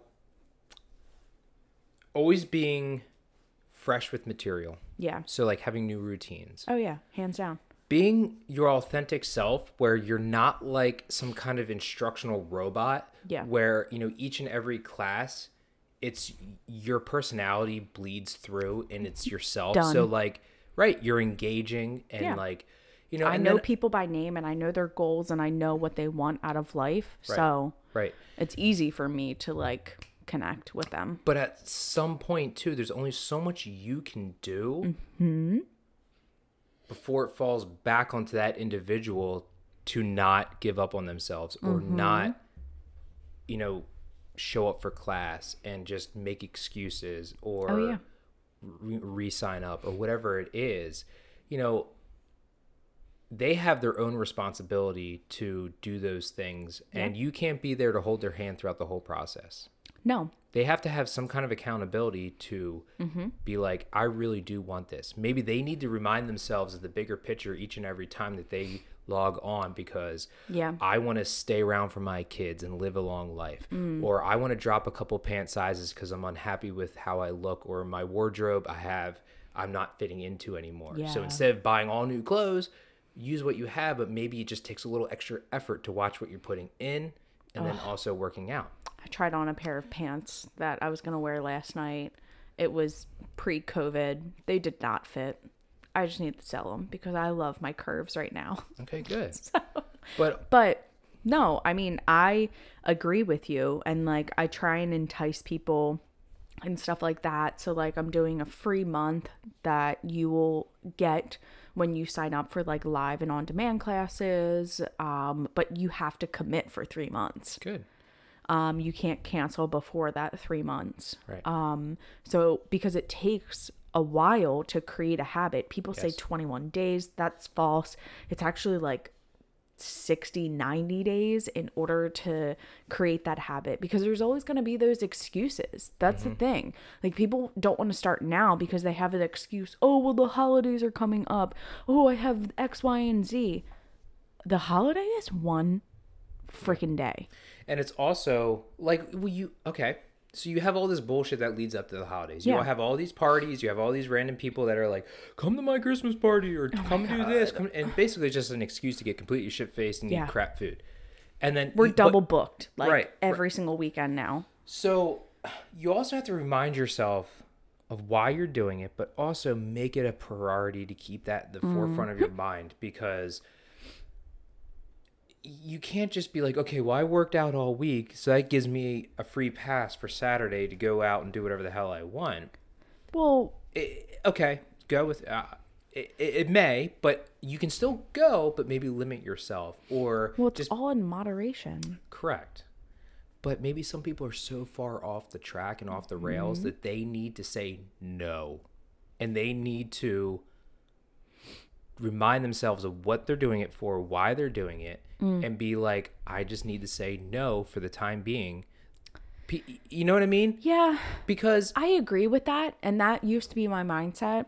Speaker 2: always being fresh with material.
Speaker 1: Yeah.
Speaker 2: So like having new routines.
Speaker 1: Oh yeah, hands down.
Speaker 2: Being your authentic self where you're not like some kind of instructional robot
Speaker 1: Yeah.
Speaker 2: where, you know, each and every class it's your personality bleeds through and it's yourself. So
Speaker 1: Done.
Speaker 2: like right, you're engaging and
Speaker 1: Yeah.
Speaker 2: like you know,
Speaker 1: I
Speaker 2: and
Speaker 1: know
Speaker 2: then-
Speaker 1: people by name and I know their goals and I know what they want out of life. So
Speaker 2: right.
Speaker 1: it's easy for me to like connect with them.
Speaker 2: But at some point too, there's only so much you can do
Speaker 1: Mm-hmm.
Speaker 2: before it falls back onto that individual to not give up on themselves or
Speaker 1: Mm-hmm.
Speaker 2: not, you know, show up for class and just make excuses or
Speaker 1: Oh, yeah.
Speaker 2: re- re-sign up or whatever it is. You know, they have their own responsibility to do those things, and you can't be there to hold their hand throughout the whole process
Speaker 1: No.
Speaker 2: they have to have some kind of accountability to
Speaker 1: Mm-hmm.
Speaker 2: be like, I really do want this. Maybe they need to remind themselves of the bigger picture each and every time that they log on because
Speaker 1: Yeah.
Speaker 2: I want to stay around for my kids and live a long life.
Speaker 1: Mm.
Speaker 2: Or I want to drop a couple pant sizes because I'm unhappy with how I look or my wardrobe I have, I'm not fitting into anymore. So
Speaker 1: Yeah.
Speaker 2: instead of buying all new clothes, use what you have, but maybe it just takes a little extra effort to watch what you're putting in and then also working out.
Speaker 1: I tried on a pair of pants that I was going to wear last night. It was pre COVID. They did not fit. I just need to sell them because I love my curves right now. [laughs]
Speaker 2: Okay, good. but
Speaker 1: But no, I mean, I agree with you. And like, I try and entice people and stuff like that. So, like, I'm doing a free month that you will get when you sign up for like live and on demand classes. Um, but you have to commit for three months.
Speaker 2: good.
Speaker 1: Um, you can't cancel before that three months.
Speaker 2: Right.
Speaker 1: Um, so because it takes a while to create a habit, people say 21 days. That's false. It's actually like 60, 90 days in order to create that habit because there's always going to be those excuses. That's
Speaker 2: Mm-hmm.
Speaker 1: the thing. Like people don't want to start now because they have an excuse. Oh, well, the holidays are coming up. Oh, I have X, Y, and Z. The holiday is one freaking day.
Speaker 2: And it's also like well, you okay. So you have all this bullshit that leads up to the holidays. You
Speaker 1: Yeah.
Speaker 2: all have all these parties. You have all these random people that are like, "Come to my Christmas party" or
Speaker 1: Oh
Speaker 2: "Come do this," come, and basically just an excuse to get completely shit faced and
Speaker 1: Yeah.
Speaker 2: eat crap food. And then
Speaker 1: We're
Speaker 2: but-
Speaker 1: double booked like
Speaker 2: Right,
Speaker 1: every single weekend now.
Speaker 2: So you also have to remind yourself of why you're doing it, but also make it a priority to keep that at the
Speaker 1: Mm-hmm.
Speaker 2: forefront of your mind because you can't just be like, okay, well, I worked out all week, so that gives me a free pass for Saturday to go out and do whatever the hell I want.
Speaker 1: Well,
Speaker 2: It, okay, go with uh, it, it. It may, but you can still go, but maybe limit yourself or
Speaker 1: well, it's
Speaker 2: just
Speaker 1: all in moderation.
Speaker 2: Correct. But maybe some people are so far off the track and off the
Speaker 1: Mm-hmm.
Speaker 2: rails that they need to say no. And they need to remind themselves of what they're doing it for, why they're doing it,
Speaker 1: Mm.
Speaker 2: and be like, I just need to say no for the time being. P- you know what I mean?
Speaker 1: Yeah,
Speaker 2: Because
Speaker 1: I agree with that. And that used to be my mindset.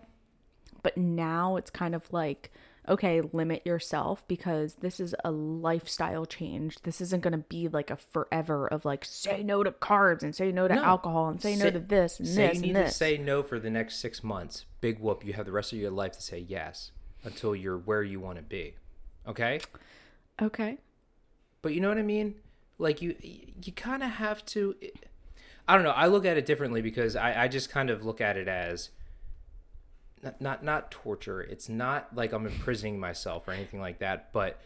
Speaker 1: But now it's kind of like, okay, limit yourself because this is a lifestyle change. This isn't going to be like a forever of like, say no to carbs and say no to
Speaker 2: No.
Speaker 1: alcohol and say, no
Speaker 2: Say-
Speaker 1: to this and
Speaker 2: say you
Speaker 1: this and
Speaker 2: need to
Speaker 1: this.
Speaker 2: say no for the next six months. Big whoop. You have the rest of your life to say yes until you're where you want to be. Okay?
Speaker 1: okay.
Speaker 2: but you know what I mean? Like you, you kind of have to. I don't know. I look at it differently because I, I just kind of look at it as not, not not torture. It's not like I'm imprisoning myself or anything like that. But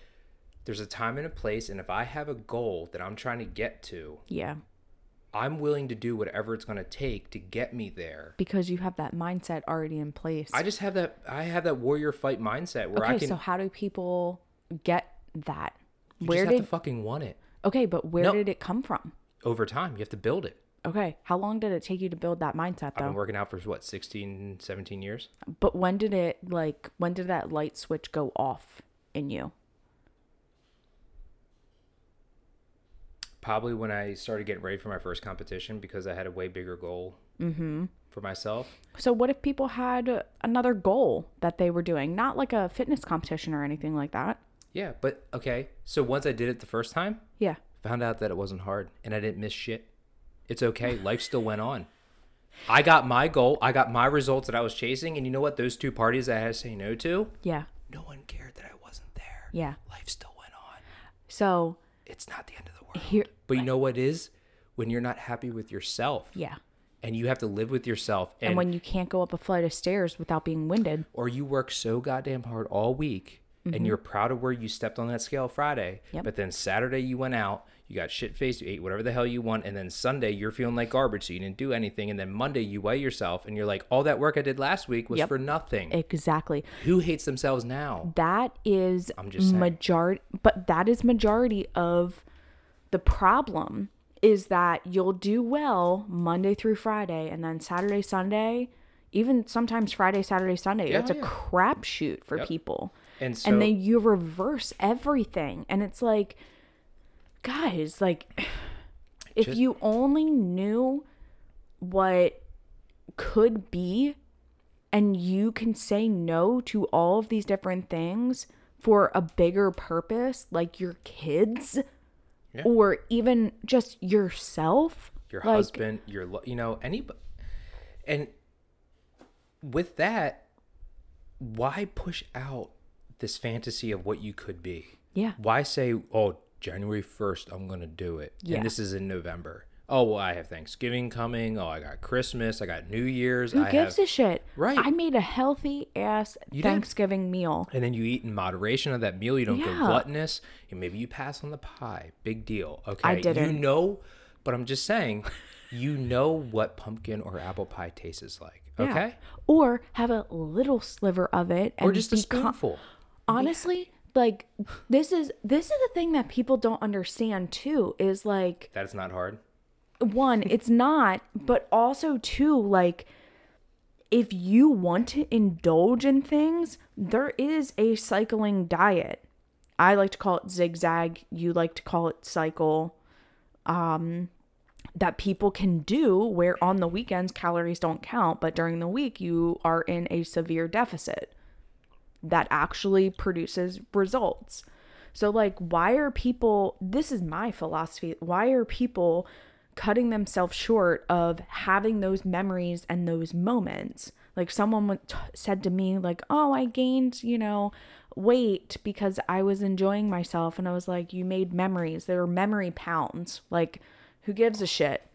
Speaker 2: there's a time and a place, and if I have a goal that I'm trying to get to,
Speaker 1: Yeah.
Speaker 2: I'm willing to do whatever it's going to take to get me there.
Speaker 1: Because you have that mindset already in place.
Speaker 2: I just have that. I have that warrior fight mindset where I
Speaker 1: okay.
Speaker 2: can.
Speaker 1: So, how do people get that?
Speaker 2: you
Speaker 1: Where
Speaker 2: just
Speaker 1: did.
Speaker 2: have to fucking want it
Speaker 1: okay. But where
Speaker 2: No.
Speaker 1: did it come from?
Speaker 2: over time. You have to build it.
Speaker 1: Okay. How long did it take you to build that mindset
Speaker 2: I've
Speaker 1: though?
Speaker 2: been working out for what 16, 17 years.
Speaker 1: But when did it like when did that light switch go off in you?
Speaker 2: probably when I started getting ready for my first competition because I had a way bigger goal
Speaker 1: Mm-hmm.
Speaker 2: for myself.
Speaker 1: So what if people had another goal that they were doing, not like a fitness competition or anything like that?
Speaker 2: Yeah, but okay. So once I did it the first time,
Speaker 1: Yeah.
Speaker 2: found out that it wasn't hard and I didn't miss shit. It's
Speaker 1: [laughs]
Speaker 2: okay. Life still went on. I got my goal. I got my results that I was chasing. And you know what? Those two parties that I had to say no to,
Speaker 1: Yeah.
Speaker 2: no one cared that I wasn't there.
Speaker 1: Yeah.
Speaker 2: Life still went on.
Speaker 1: So
Speaker 2: It's not the end of the world.
Speaker 1: here
Speaker 2: But you know what is? When you're not happy with yourself
Speaker 1: yeah.
Speaker 2: and you have to live with yourself
Speaker 1: And when you can't go up a flight of stairs without being winded.
Speaker 2: or you work so goddamn hard all week and you're proud of where you stepped on that scale Friday,
Speaker 1: Mm-hmm. Yep.
Speaker 2: but then Saturday you went out, you got shit faced, you ate whatever the hell you want, and then Sunday you're feeling like garbage, so you didn't do anything, and then Monday you weigh yourself and you're like, all that work I did last week was
Speaker 1: Yep.
Speaker 2: for nothing.
Speaker 1: Exactly.
Speaker 2: Who hates themselves now?
Speaker 1: That is
Speaker 2: I'm just saying.
Speaker 1: majority but that is majority of the problem is that you'll do well Monday through Friday and then Saturday, Sunday, even sometimes Friday, Saturday, Sunday.
Speaker 2: Yeah,
Speaker 1: it's a
Speaker 2: yeah.
Speaker 1: crapshoot for
Speaker 2: Yep.
Speaker 1: people.
Speaker 2: And so
Speaker 1: and then you reverse everything. And it's like, guys, like [sighs] if
Speaker 2: Just-
Speaker 1: you only knew what could be and you can say no to all of these different things for a bigger purpose, like your kids
Speaker 2: Yeah.
Speaker 1: or even just yourself.
Speaker 2: your
Speaker 1: like,
Speaker 2: husband, your lo- you know any and with that why push out this fantasy of what you could be?
Speaker 1: Yeah.
Speaker 2: Why say, "Oh, January 1st I'm going to do it."
Speaker 1: Yeah.
Speaker 2: And this is in November. Oh, well, I have Thanksgiving coming. Oh, I got Christmas. I got New Year's.
Speaker 1: Who
Speaker 2: I
Speaker 1: gives
Speaker 2: have,
Speaker 1: a shit?
Speaker 2: Right.
Speaker 1: I made a healthy ass
Speaker 2: You did.
Speaker 1: Thanksgiving meal.
Speaker 2: and then you eat in moderation of that meal. You don't
Speaker 1: Yeah.
Speaker 2: go gluttonous. And maybe you pass on the pie. Big deal. Okay. You
Speaker 1: didn't.
Speaker 2: know, but I'm just saying, you know what pumpkin or apple pie tastes like.
Speaker 1: [laughs] Yeah.
Speaker 2: Okay.
Speaker 1: Or have a little sliver of it and
Speaker 2: Or just a
Speaker 1: be con-
Speaker 2: spoonful.
Speaker 1: honestly like this is this is the thing that people don't understand too is like
Speaker 2: That's not hard.
Speaker 1: one it's not but also two like if you want to indulge in things there is a cycling diet i like to call it zigzag you like to call it cycle um that people can do where on the weekends calories don't count but during the week you are in a severe deficit that actually produces results so, like, why are people, this is my philosophy, why are people cutting themselves short of having those memories and those moments? Like, someone went- t- said to me, like, oh, I gained, you know, weight because I was enjoying myself. And I was like, you made memories. They were memory pounds. Like, who gives a shit?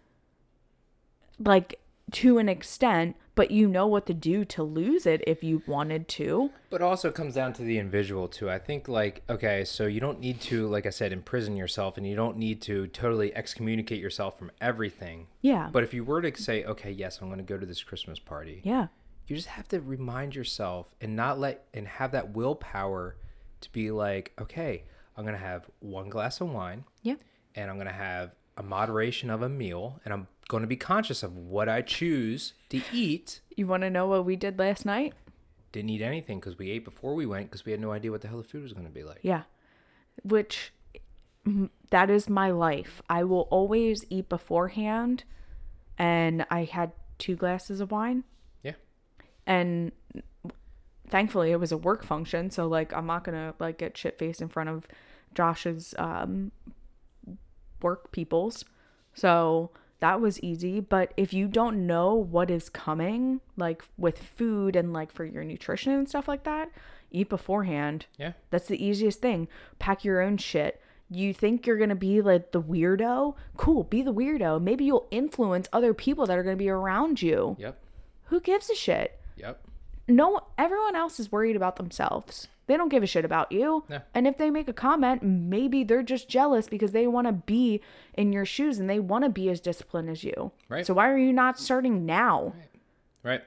Speaker 1: Like, to an extent, but you know what to do to lose it if you wanted to.
Speaker 2: But also it comes down to the individual too. I think like okay, so you don't need to like I said imprison yourself and you don't need to totally excommunicate yourself from everything.
Speaker 1: Yeah.
Speaker 2: But if you were to say okay, yes, I'm going to go to this Christmas party.
Speaker 1: yeah.
Speaker 2: You just have to remind yourself and not let and have that willpower to be like, okay, I'm going to have one glass of wine
Speaker 1: Yeah.
Speaker 2: and I'm going to have a moderation of a meal and I'm going to be conscious of what I choose to eat.
Speaker 1: You want to know what we did last night?
Speaker 2: Didn't eat anything because we ate before we went because we had no idea what the hell the food was going to be like.
Speaker 1: Yeah. Which mm, that is my life. I will always eat beforehand and I had two glasses of wine
Speaker 2: Yeah.
Speaker 1: and thankfully it was a work function so like I'm not going to like get shit faced in front of Josh's um work peoples. So that was easy, but if you don't know what is coming like with food and like for your nutrition and stuff like that, eat beforehand.
Speaker 2: Yeah.
Speaker 1: That's the easiest thing. Pack your own shit. You think you're going to be like the weirdo? Cool, be the weirdo. Maybe you'll influence other people that are going to be around you.
Speaker 2: Yep.
Speaker 1: Who gives a shit?
Speaker 2: Yep.
Speaker 1: No, everyone else is worried about themselves. They don't give a shit about you.
Speaker 2: No.
Speaker 1: And if they make a comment, maybe they're just jealous because they want to be in your shoes and they want to be as disciplined as you.
Speaker 2: Right.
Speaker 1: So why are you not starting now?
Speaker 2: Right.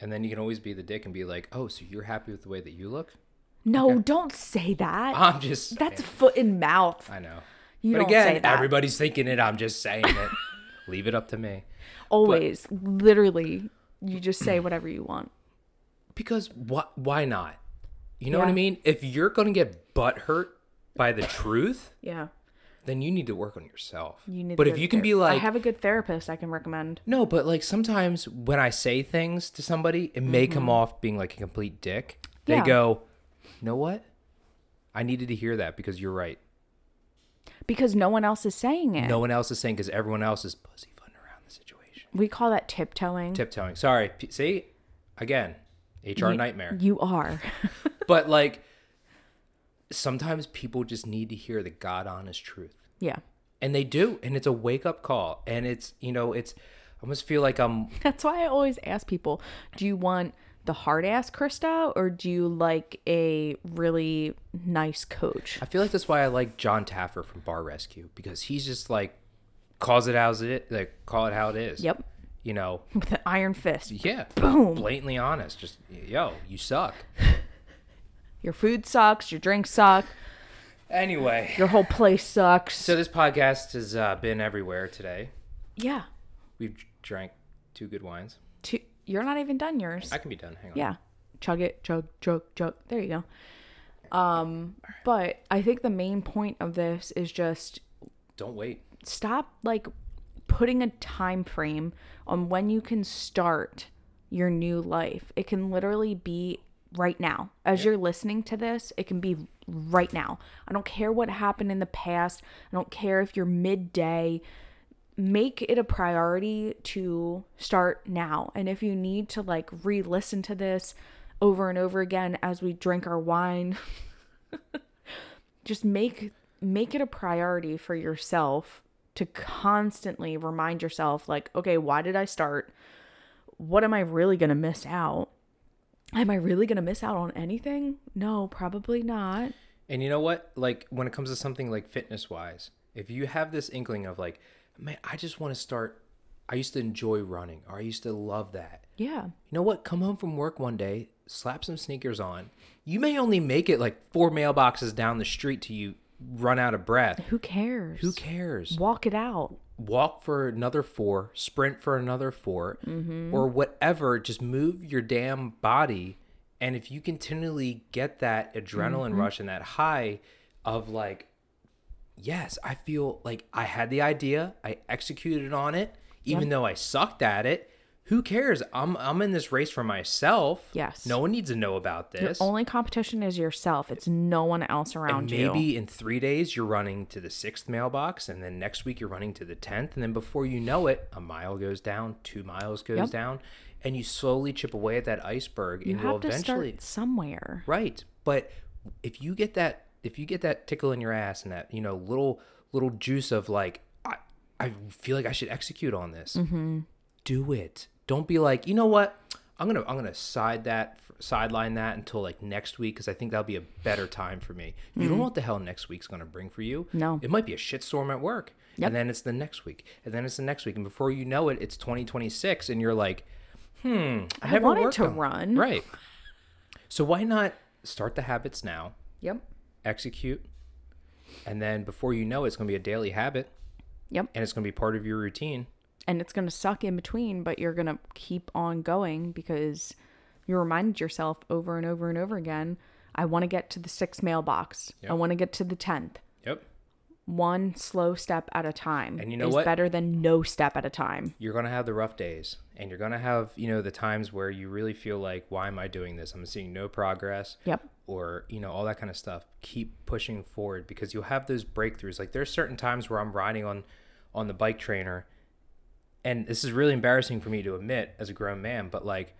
Speaker 2: And then you can always be the dick and be like, "Oh, so you're happy with the way that you look?" [laughs]
Speaker 1: No, don't say that.
Speaker 2: I'm just
Speaker 1: That's foot and mouth.
Speaker 2: I know.
Speaker 1: You
Speaker 2: Ah, but
Speaker 1: don't
Speaker 2: again,
Speaker 1: say that.
Speaker 2: everybody's thinking it. I'm just saying
Speaker 1: [laughs]
Speaker 2: it. Leave it up to me.
Speaker 1: Always, literally, you just say whatever you want.
Speaker 2: Because why why not? You know what I
Speaker 1: Yeah.
Speaker 2: mean? If you're going to get butt hurt by the truth,
Speaker 1: Yeah.
Speaker 2: then you need to work on yourself.
Speaker 1: You need
Speaker 2: but
Speaker 1: to
Speaker 2: if
Speaker 1: go
Speaker 2: you
Speaker 1: to
Speaker 2: can be
Speaker 1: therapy. I
Speaker 2: like,
Speaker 1: have a good therapist I can recommend.
Speaker 2: No, but like sometimes when I say things to somebody, it may come off being like a complete dick. They
Speaker 1: Yeah.
Speaker 2: go, you know what? I needed to hear that because you're right.
Speaker 1: Because no one else is saying it.
Speaker 2: No one else is saying because everyone else is pussyfooting around the situation.
Speaker 1: We call that tiptoeing.
Speaker 2: Tiptoeing. Sorry. P- see, again, HR nightmare.
Speaker 1: You are. [laughs]
Speaker 2: But like, sometimes people just need to hear the God honest truth.
Speaker 1: yeah.
Speaker 2: And they do. And it's a wake up call. And it's, you know, it's, I almost feel like I'm
Speaker 1: That's why I always ask people, do you want the hard ass Krista or do you like a really nice coach?
Speaker 2: I feel like that's why I like John Taffer from Bar Rescue because he's just like calls it as it like call it how it is.
Speaker 1: Yep. [laughs]
Speaker 2: You know,
Speaker 1: With an iron fist.
Speaker 2: yeah.
Speaker 1: Boom.
Speaker 2: Blatantly honest. Just yo, you suck.
Speaker 1: Your food sucks, your drinks suck,
Speaker 2: Anyway,
Speaker 1: your whole place sucks.
Speaker 2: so this podcast has uh, been everywhere today.
Speaker 1: yeah.
Speaker 2: We've drank two good wines.
Speaker 1: Two, you're not even done yours.
Speaker 2: I can be done. Hang on.
Speaker 1: yeah chug it chug chug chug there you go um but i think the main point of this is just
Speaker 2: Don't wait.
Speaker 1: stop like putting a time frame on when you can start your new life it can literally be right now as you're listening to this it can be right now. I don't care what happened in the past. I don't care if you're midday. Make it a priority to start now. And if you need to like re listen to this over and over again as we drink our wine, just make make it a priority for yourself to constantly remind yourself like okay why did i start what am i really going to miss out am i really going to miss out on anything no probably not
Speaker 2: And you know what? Like when it comes to something like fitness wise, if you have this inkling of like, man, I just want to start. I used to enjoy running, or I used to love that.
Speaker 1: yeah
Speaker 2: You know what? Come home from work one day, slap some sneakers on. You may only make it like four mailboxes down the street till you run out of breath.
Speaker 1: who cares
Speaker 2: Who cares?
Speaker 1: walk it out
Speaker 2: Walk for another four, sprint for another 4 or whatever. Just move your damn body. And if you continually get that adrenaline rush and that high of like, yes, I feel like I had the idea, I executed on it, even though I sucked at it. Who cares? I'm I'm in this race for myself.
Speaker 1: Yes.
Speaker 2: No one needs to know about
Speaker 1: your
Speaker 2: this.
Speaker 1: only competition is yourself it's no one else around
Speaker 2: and
Speaker 1: you
Speaker 2: maybe in three days you're running to the sixth mailbox, and then next week you're running to the tenth, and then before you know it, a mile goes down, two miles goes
Speaker 1: Yep.
Speaker 2: down, and you slowly chip away at that iceberg,
Speaker 1: you
Speaker 2: and you'll
Speaker 1: have to
Speaker 2: eventually
Speaker 1: start somewhere
Speaker 2: right. But if you get that, if you get that tickle in your ass and that you know little little juice of like, I I feel like I should execute on this, do it. Don't be like, you know what. I'm gonna I'm gonna side that sideline that until like next week because I think that'll be a better time for me. You don't know what the hell next week's gonna bring for you.
Speaker 1: No.
Speaker 2: it might be a shitstorm at work, and then it's the next week, and then it's the next week, and before you know it, it's 2026, and you're like, hmm, I, never
Speaker 1: wanted
Speaker 2: worked
Speaker 1: to
Speaker 2: on-
Speaker 1: run.
Speaker 2: right. So why not start the habits now,
Speaker 1: yep
Speaker 2: execute, and then before you know it, it's gonna be a daily habit,
Speaker 1: yep
Speaker 2: and it's gonna be part of your routine.
Speaker 1: and it's going to suck in between, but you're going to keep on going because you reminded yourself over and over and over again I want to get to the sixth mailbox. I
Speaker 2: Yep.
Speaker 1: want to get to the 10th.
Speaker 2: Yep.
Speaker 1: One slow step at a time
Speaker 2: And you know
Speaker 1: is
Speaker 2: what?
Speaker 1: better than no step at a time.
Speaker 2: you're gonna have the rough days and you're gonna have you know the times where you really feel like why am i doing this i'm seeing no progress
Speaker 1: Yep.
Speaker 2: or you know all that kind of stuff keep pushing forward because you'll have those breakthroughs like there's certain times where i'm riding on on the bike trainer and this is really embarrassing for me to admit as a grown man but like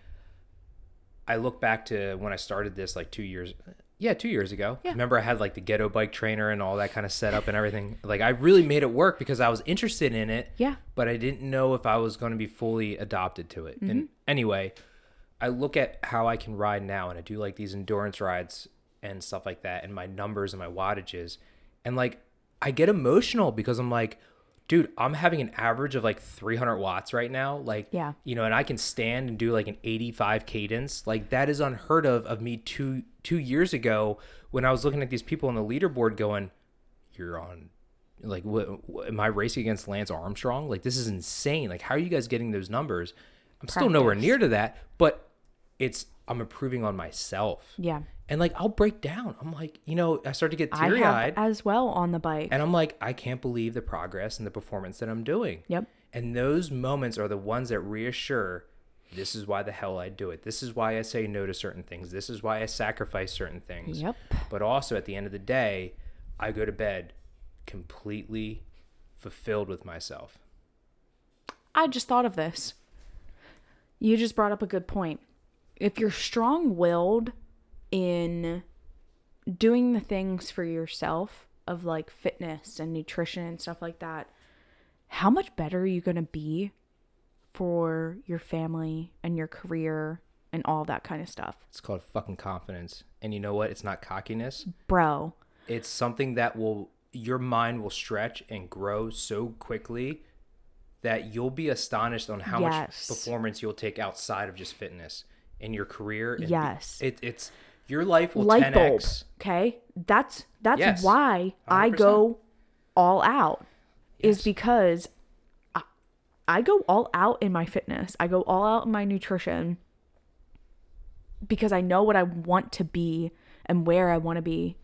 Speaker 2: i look back to when i started this like two years yeah two years ago
Speaker 1: Yeah.
Speaker 2: remember i had like the ghetto bike trainer and all that kind of setup and everything like i really made it work because i was interested in it
Speaker 1: Yeah.
Speaker 2: but I didn't know if I was going to be fully adopted to it.
Speaker 1: Mm-hmm.
Speaker 2: And anyway, I look at how I can ride now and I do like these endurance rides and stuff like that and my numbers and my wattages. And like, I get emotional because I'm like, dude, I'm having an average of like 300 watts right now. Like,
Speaker 1: Yeah.
Speaker 2: you know, and I can stand and do like an 85 cadence. Like that is unheard of of me two, two years ago when I was looking at these people on the leaderboard going, you're on like what, what am i racing against lance armstrong like this is insane like how are you guys getting those numbers i'm still nowhere near to that but it's i'm improving on myself
Speaker 1: Yeah.
Speaker 2: and like i'll break down i'm like you know i start to get
Speaker 1: I have
Speaker 2: teary-eyed
Speaker 1: as well on the bike.
Speaker 2: and i'm like i can't believe the progress and the performance that i'm doing
Speaker 1: yep.
Speaker 2: and those moments are the ones that reassure this is why the hell I do it. This is why I say no to certain things. This is why I sacrifice certain things.
Speaker 1: Yep.
Speaker 2: But also at the end of the day, I go to bed completely fulfilled with myself.
Speaker 1: I just thought of this. You just brought up a good point. If you're strong willed in doing the things for yourself, of like fitness and nutrition and stuff like that, how much better are you going to be for your family and your career and all that kind of stuff?
Speaker 2: It's called fucking confidence. And you know what? It's not cockiness.
Speaker 1: Bro,
Speaker 2: It's something that will your mind will stretch and grow so quickly that you'll be astonished on how
Speaker 1: Yes.
Speaker 2: much performance you'll take outside of just fitness in your career. and
Speaker 1: Yes.
Speaker 2: it, it's your life will
Speaker 1: light
Speaker 2: 10x.
Speaker 1: bulb. Okay, that's that's
Speaker 2: Yes.
Speaker 1: why I go all out is
Speaker 2: Yes.
Speaker 1: because I, I go all out in my fitness. I go all out in my nutrition because I know what I want to be and where I want to be.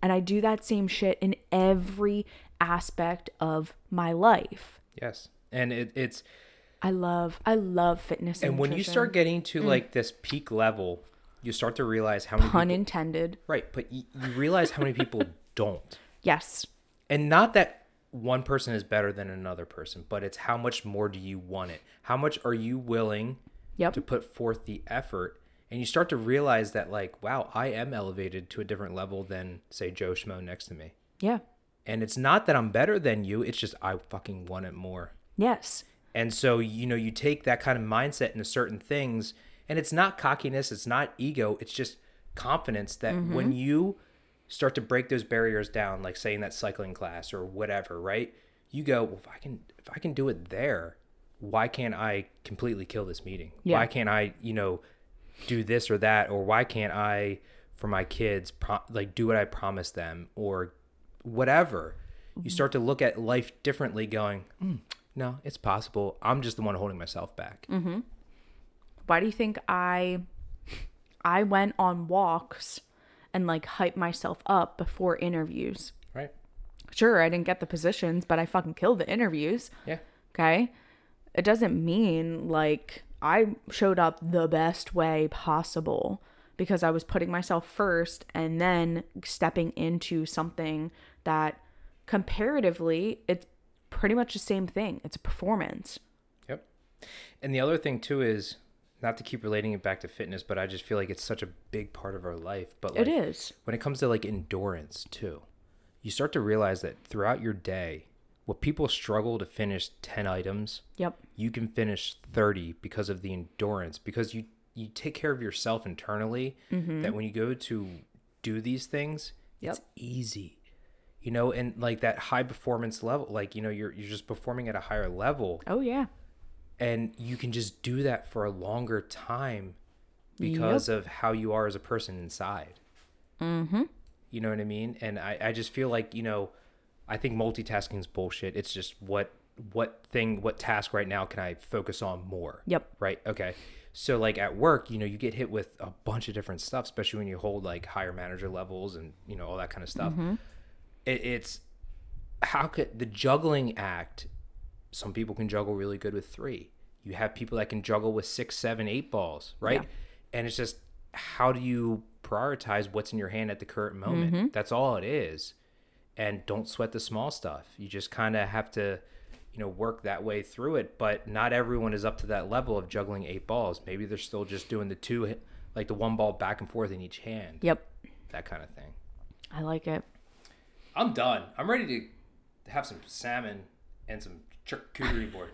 Speaker 1: And I do that same shit in every aspect of my life.
Speaker 2: Yes. And it, it's
Speaker 1: I love I love fitness and,
Speaker 2: and when you
Speaker 1: nutrition. Mm.
Speaker 2: start getting to like this peak level you start to realize how many
Speaker 1: Pun
Speaker 2: people,
Speaker 1: intended.
Speaker 2: right, but you, you realize how many people don't.
Speaker 1: Yes.
Speaker 2: And not that one person is better than another person, but it's how much more do you want it? How much are you willing
Speaker 1: Yep.
Speaker 2: to put forth the effort? And you start to realize that like, wow, I am elevated to a different level than say Joe Schmo next to me.
Speaker 1: Yeah.
Speaker 2: And it's not that I'm better than you, it's just I fucking want it more.
Speaker 1: Yes.
Speaker 2: And so, you know, you take that kind of mindset into certain things, and it's not cockiness, it's not ego, it's just confidence that when you start to break those barriers down, like saying that cycling class or whatever, right? You go, well, if I can if I can do it there, why can't I completely kill this meeting?
Speaker 1: Yeah.
Speaker 2: Why can't I, you know, do this or that or why can't I for my kids pro- like do what I promised them or whatever.
Speaker 1: Mm-hmm.
Speaker 2: You start to look at life differently going, "Mm, no, it's possible. I'm just the one holding myself back.
Speaker 1: Mm-hmm. Why do you think I I went on walks and like hyped myself up before interviews?
Speaker 2: Right?
Speaker 1: Sure, I didn't get the positions, but I fucking killed the interviews.
Speaker 2: Yeah.
Speaker 1: Okay? It doesn't mean like I showed up the best way possible because I was putting myself first and then stepping into something that comparatively it's pretty much the same thing. It's a performance.
Speaker 2: Yep. And the other thing too is not to keep relating it back to fitness, but I just feel like it's such a big part of our life. But like
Speaker 1: it is.
Speaker 2: when it comes to like endurance too, you start to realize that throughout your day, what people struggle to finish ten items,
Speaker 1: Yep.
Speaker 2: you can finish 30 because of the endurance because you you take care of yourself internally that when you go to do these things it's
Speaker 1: Yep.
Speaker 2: easy you know and like that high performance level like you know you're you're just performing at a higher level
Speaker 1: Oh yeah.
Speaker 2: and you can just do that for a longer time because of how you are as a person inside. Mm-hmm. You know what I mean? And I, I just feel like you know, I think multitasking is bullshit. It's just what what thing what task right now can I focus on more?
Speaker 1: Yep.
Speaker 2: Right. Okay. So like at work, you know, you get hit with a bunch of different stuff, especially when you hold like higher manager levels and you know all that kind of stuff. It, it's how could the juggling act some people can juggle really good with three you have people that can juggle with six seven eight balls right
Speaker 1: Yeah.
Speaker 2: and it's just how do you prioritize what's in your hand at the current moment that's all it is and don't sweat the small stuff you just kind of have to you know work that way through it but not everyone is up to that level of juggling eight balls maybe they're still just doing the two like the one ball back and forth in each hand
Speaker 1: Yep.
Speaker 2: that kind of thing
Speaker 1: I like it.
Speaker 2: I'm done. I'm ready to have some salmon and some charcuterie board.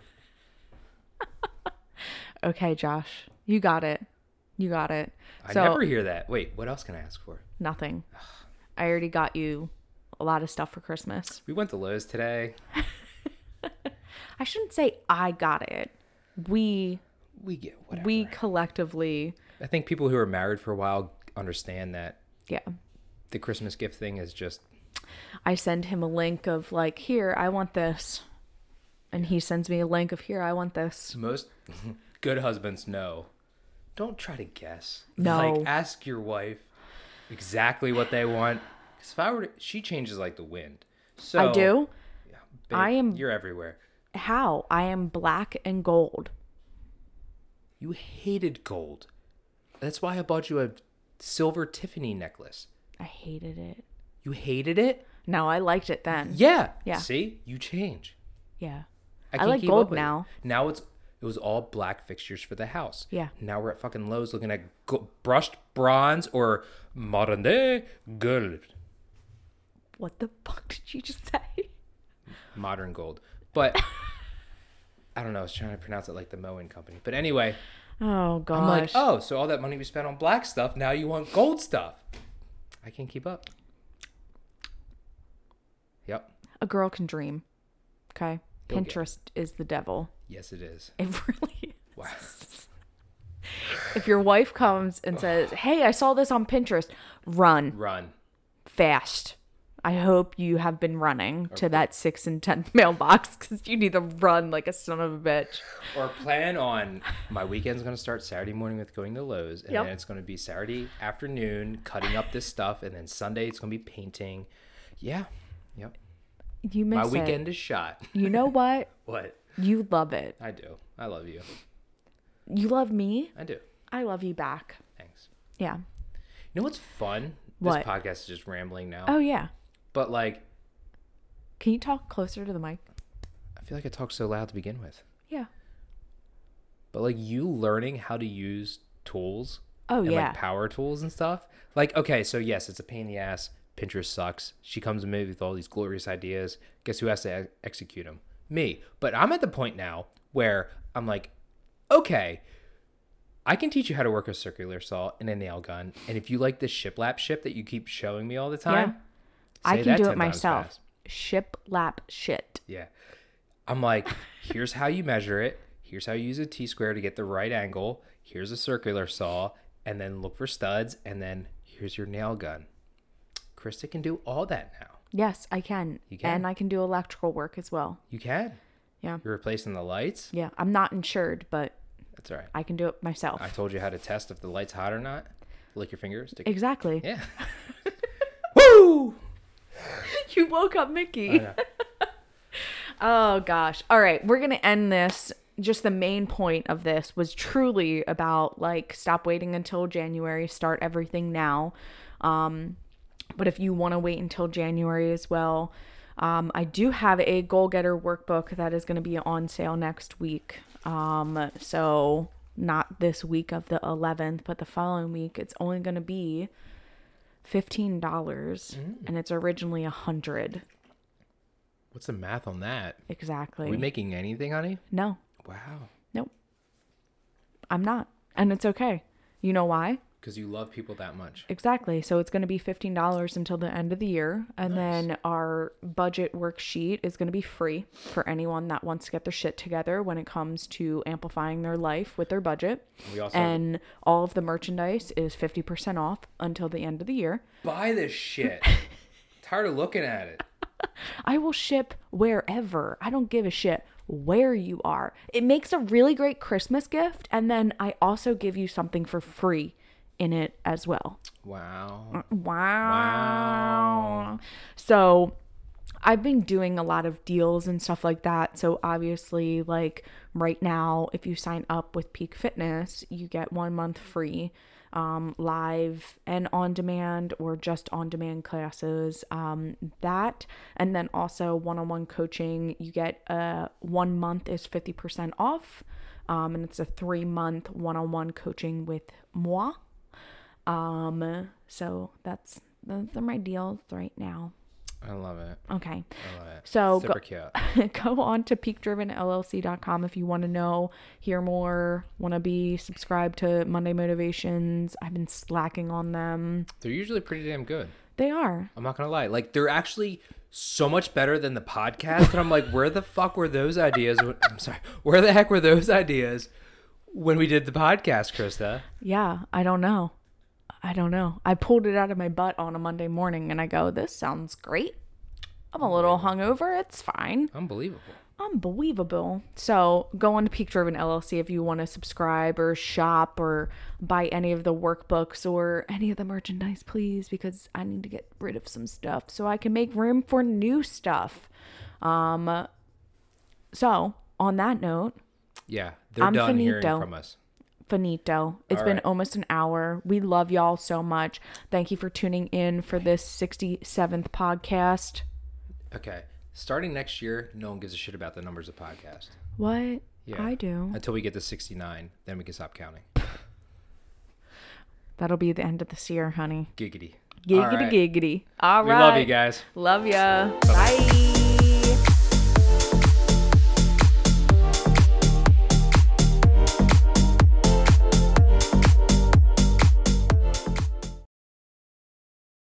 Speaker 1: Okay, Josh. You got it. You got it.
Speaker 2: I
Speaker 1: so
Speaker 2: never e-, hear that. Wait, what else can I ask for?
Speaker 1: nothing. I already got you a lot of stuff for Christmas.
Speaker 2: We went to Lowe's today.
Speaker 1: I shouldn't say I got it. We
Speaker 2: We get whatever.
Speaker 1: we collectively
Speaker 2: I think people who are married for a while understand that
Speaker 1: yeah.
Speaker 2: the Christmas gift thing is just
Speaker 1: I send him a link of like, here, I want this. And he sends me a link of here, I want this.
Speaker 2: [laughs] most good husbands know. Don't try to guess.
Speaker 1: No.
Speaker 2: Like ask your wife exactly what they want. 'Cause if I were to, she changes like the wind. So
Speaker 1: I do.
Speaker 2: babe,
Speaker 1: I am-
Speaker 2: You're everywhere.
Speaker 1: How? I am black and gold.
Speaker 2: You hated gold. That's why I bought you a silver Tiffany necklace.
Speaker 1: I hated it.
Speaker 2: You hated it?
Speaker 1: No, I liked it then.
Speaker 2: Yeah.
Speaker 1: Yeah.
Speaker 2: See? You change.
Speaker 1: Yeah. I
Speaker 2: can't
Speaker 1: like
Speaker 2: keep
Speaker 1: gold
Speaker 2: up with it.
Speaker 1: now.
Speaker 2: Now it's it was all black fixtures for the house.
Speaker 1: Yeah.
Speaker 2: Now we're at fucking Lowe's looking at go- brushed bronze or modern day gold.
Speaker 1: What the fuck did you just say?
Speaker 2: Modern gold. But
Speaker 1: [laughs]
Speaker 2: I don't know, I was trying to pronounce it like the Moen company. But anyway,
Speaker 1: Oh gosh.
Speaker 2: I'm like, oh, so all that money we spent on black stuff, now you want gold stuff. I can't keep up. Yep.
Speaker 1: A girl can dream. Okay.
Speaker 2: Go get it.
Speaker 1: Pinterest is the devil. [laughs]
Speaker 2: Yes, it is.
Speaker 1: It really
Speaker 2: Wow.
Speaker 1: If your wife comes and
Speaker 2: [sighs]
Speaker 1: says, "Hey, I saw this on Pinterest," run
Speaker 2: Run.
Speaker 1: fast. I hope you have been running to that six and ten [laughs] mailbox because you need to run like a son of a bitch.
Speaker 2: Or plan on my weekend's gonna start Saturday morning with going to Lowe's, and
Speaker 1: Yep.
Speaker 2: then it's gonna be Saturday afternoon cutting up this stuff, and then Sunday it's gonna be painting. Yeah. Yep.
Speaker 1: You miss
Speaker 2: My
Speaker 1: it.
Speaker 2: weekend is shot. [laughs]
Speaker 1: You know what?
Speaker 2: what?
Speaker 1: You love it.
Speaker 2: I do. I love you.
Speaker 1: You love me.
Speaker 2: I do.
Speaker 1: I love you back.
Speaker 2: Thanks.
Speaker 1: Yeah.
Speaker 2: You know what's fun?
Speaker 1: What?
Speaker 2: This podcast is just rambling now.
Speaker 1: Oh yeah.
Speaker 2: But like,
Speaker 1: Can you talk closer to the mic?
Speaker 2: I feel like I talk so loud to begin with.
Speaker 1: Yeah.
Speaker 2: But like you learning how to use tools
Speaker 1: Oh
Speaker 2: and
Speaker 1: yeah.
Speaker 2: like power tools and stuff. Like, okay, so yes, it's a pain in the ass. Pinterest sucks. She comes to me with all these glorious ideas. Guess who has to ex- execute them? Me. But I'm at the point now where I'm like, okay, I can teach you how to work a circular saw and a nail gun. And if you like this shiplap ship that you keep showing me all the time,
Speaker 1: I
Speaker 2: say
Speaker 1: can
Speaker 2: that
Speaker 1: do
Speaker 2: 10
Speaker 1: it
Speaker 2: times
Speaker 1: myself.
Speaker 2: fast.
Speaker 1: Ship lap shit.
Speaker 2: Yeah. I'm like, here's how you measure it. Here's how you use a T square to get the right angle. Here's a circular saw. And then look for studs. And then here's your nail gun. Krista can do all that now.
Speaker 1: Yes, I can.
Speaker 2: You can.
Speaker 1: And I can do electrical work as well.
Speaker 2: You can.
Speaker 1: Yeah.
Speaker 2: You're replacing the lights.
Speaker 1: Yeah. I'm not insured, but
Speaker 2: That's all right.
Speaker 1: I can do it myself.
Speaker 2: I told you how to test if the light's hot or not. Lick your fingers. Stick
Speaker 1: exactly.
Speaker 2: Yeah. Woo!
Speaker 1: [laughs] You woke up Mickey. [laughs] oh gosh. All right, we're going to end this. Just the main point of this was truly about like stop waiting until January, start everything now. Um but if you want to wait until January as well, um, I do have a goal getter workbook that is going to be on sale next week. Um, so not this week of the 11th, but the following week. It's only going to be fifteen dollars, and it's originally a hundred
Speaker 2: What's the math on that?
Speaker 1: exactly.
Speaker 2: Are we making anything, honey?
Speaker 1: no,
Speaker 2: Wow.
Speaker 1: nope, I'm not, and it's okay. You know why?
Speaker 2: Because you love people that much.
Speaker 1: Exactly. So it's going to be fifteen dollars until the end of the year, and then our budget worksheet is going to be free for anyone that wants to get their shit together when it comes to amplifying their life with their budget.
Speaker 2: We also
Speaker 1: And all of the merchandise is fifty percent off until the end of the year.
Speaker 2: buy this
Speaker 1: [laughs]
Speaker 2: shit. Tired of looking at it.
Speaker 1: I will ship wherever. I don't give a shit where you are. It makes a really great Christmas gift. And then I also give you something for free in it as well.
Speaker 2: Wow.
Speaker 1: Wow. So I've been doing a lot of deals and stuff like that. So obviously, like right now, if you sign up with Peak Fitness, you get one month free um, live and on demand or just on demand classes. Um, that and then also one on one coaching, you get uh, one month is 50% off. Um, and it's a three month one on one coaching with moi. Um, so that's those are my deals right now.
Speaker 2: I love it.
Speaker 1: Okay.
Speaker 2: I love it.
Speaker 1: So
Speaker 2: Super
Speaker 1: go,
Speaker 2: cute.
Speaker 1: go [laughs] on to peakdrivenllc.com if you want to know, hear more, want to be subscribed to Monday Motivations. I've been slacking on them.
Speaker 2: They're usually pretty damn good.
Speaker 1: They are.
Speaker 2: I'm not gonna lie. Like they're actually so much better than the podcast. And I'm like, where the fuck were those ideas? when- I'm sorry. Where the heck were those ideas when we did the podcast, Krista?
Speaker 1: Yeah, I don't know. I don't know. I pulled it out of my butt on a Monday morning and I go, this sounds great. I'm a little hungover. It's fine.
Speaker 2: Unbelievable.
Speaker 1: unbelievable. So go on to Peak Driven LLC if you want to subscribe or shop or buy any of the workbooks or any of the merchandise, please, because I need to get rid of some stuff so I can make room for new stuff. Um, so on that note,
Speaker 2: Yeah, they're
Speaker 1: I'm
Speaker 2: done hearing
Speaker 1: finito.
Speaker 2: from us.
Speaker 1: finito. It's
Speaker 2: All
Speaker 1: been
Speaker 2: right.
Speaker 1: almost an hour. We love y'all so much. Thank you for tuning in for this 67th podcast.
Speaker 2: Okay. Starting next year, no one gives a shit about the numbers of podcast.
Speaker 1: What?
Speaker 2: Yeah.
Speaker 1: I do.
Speaker 2: Until we get to 69, then we can stop counting.
Speaker 1: That'll be the end of this year, honey.
Speaker 2: Giggity. All
Speaker 1: Giggity
Speaker 2: right.
Speaker 1: giggity. All
Speaker 2: We
Speaker 1: right.
Speaker 2: love you guys.
Speaker 1: Love ya. Bye.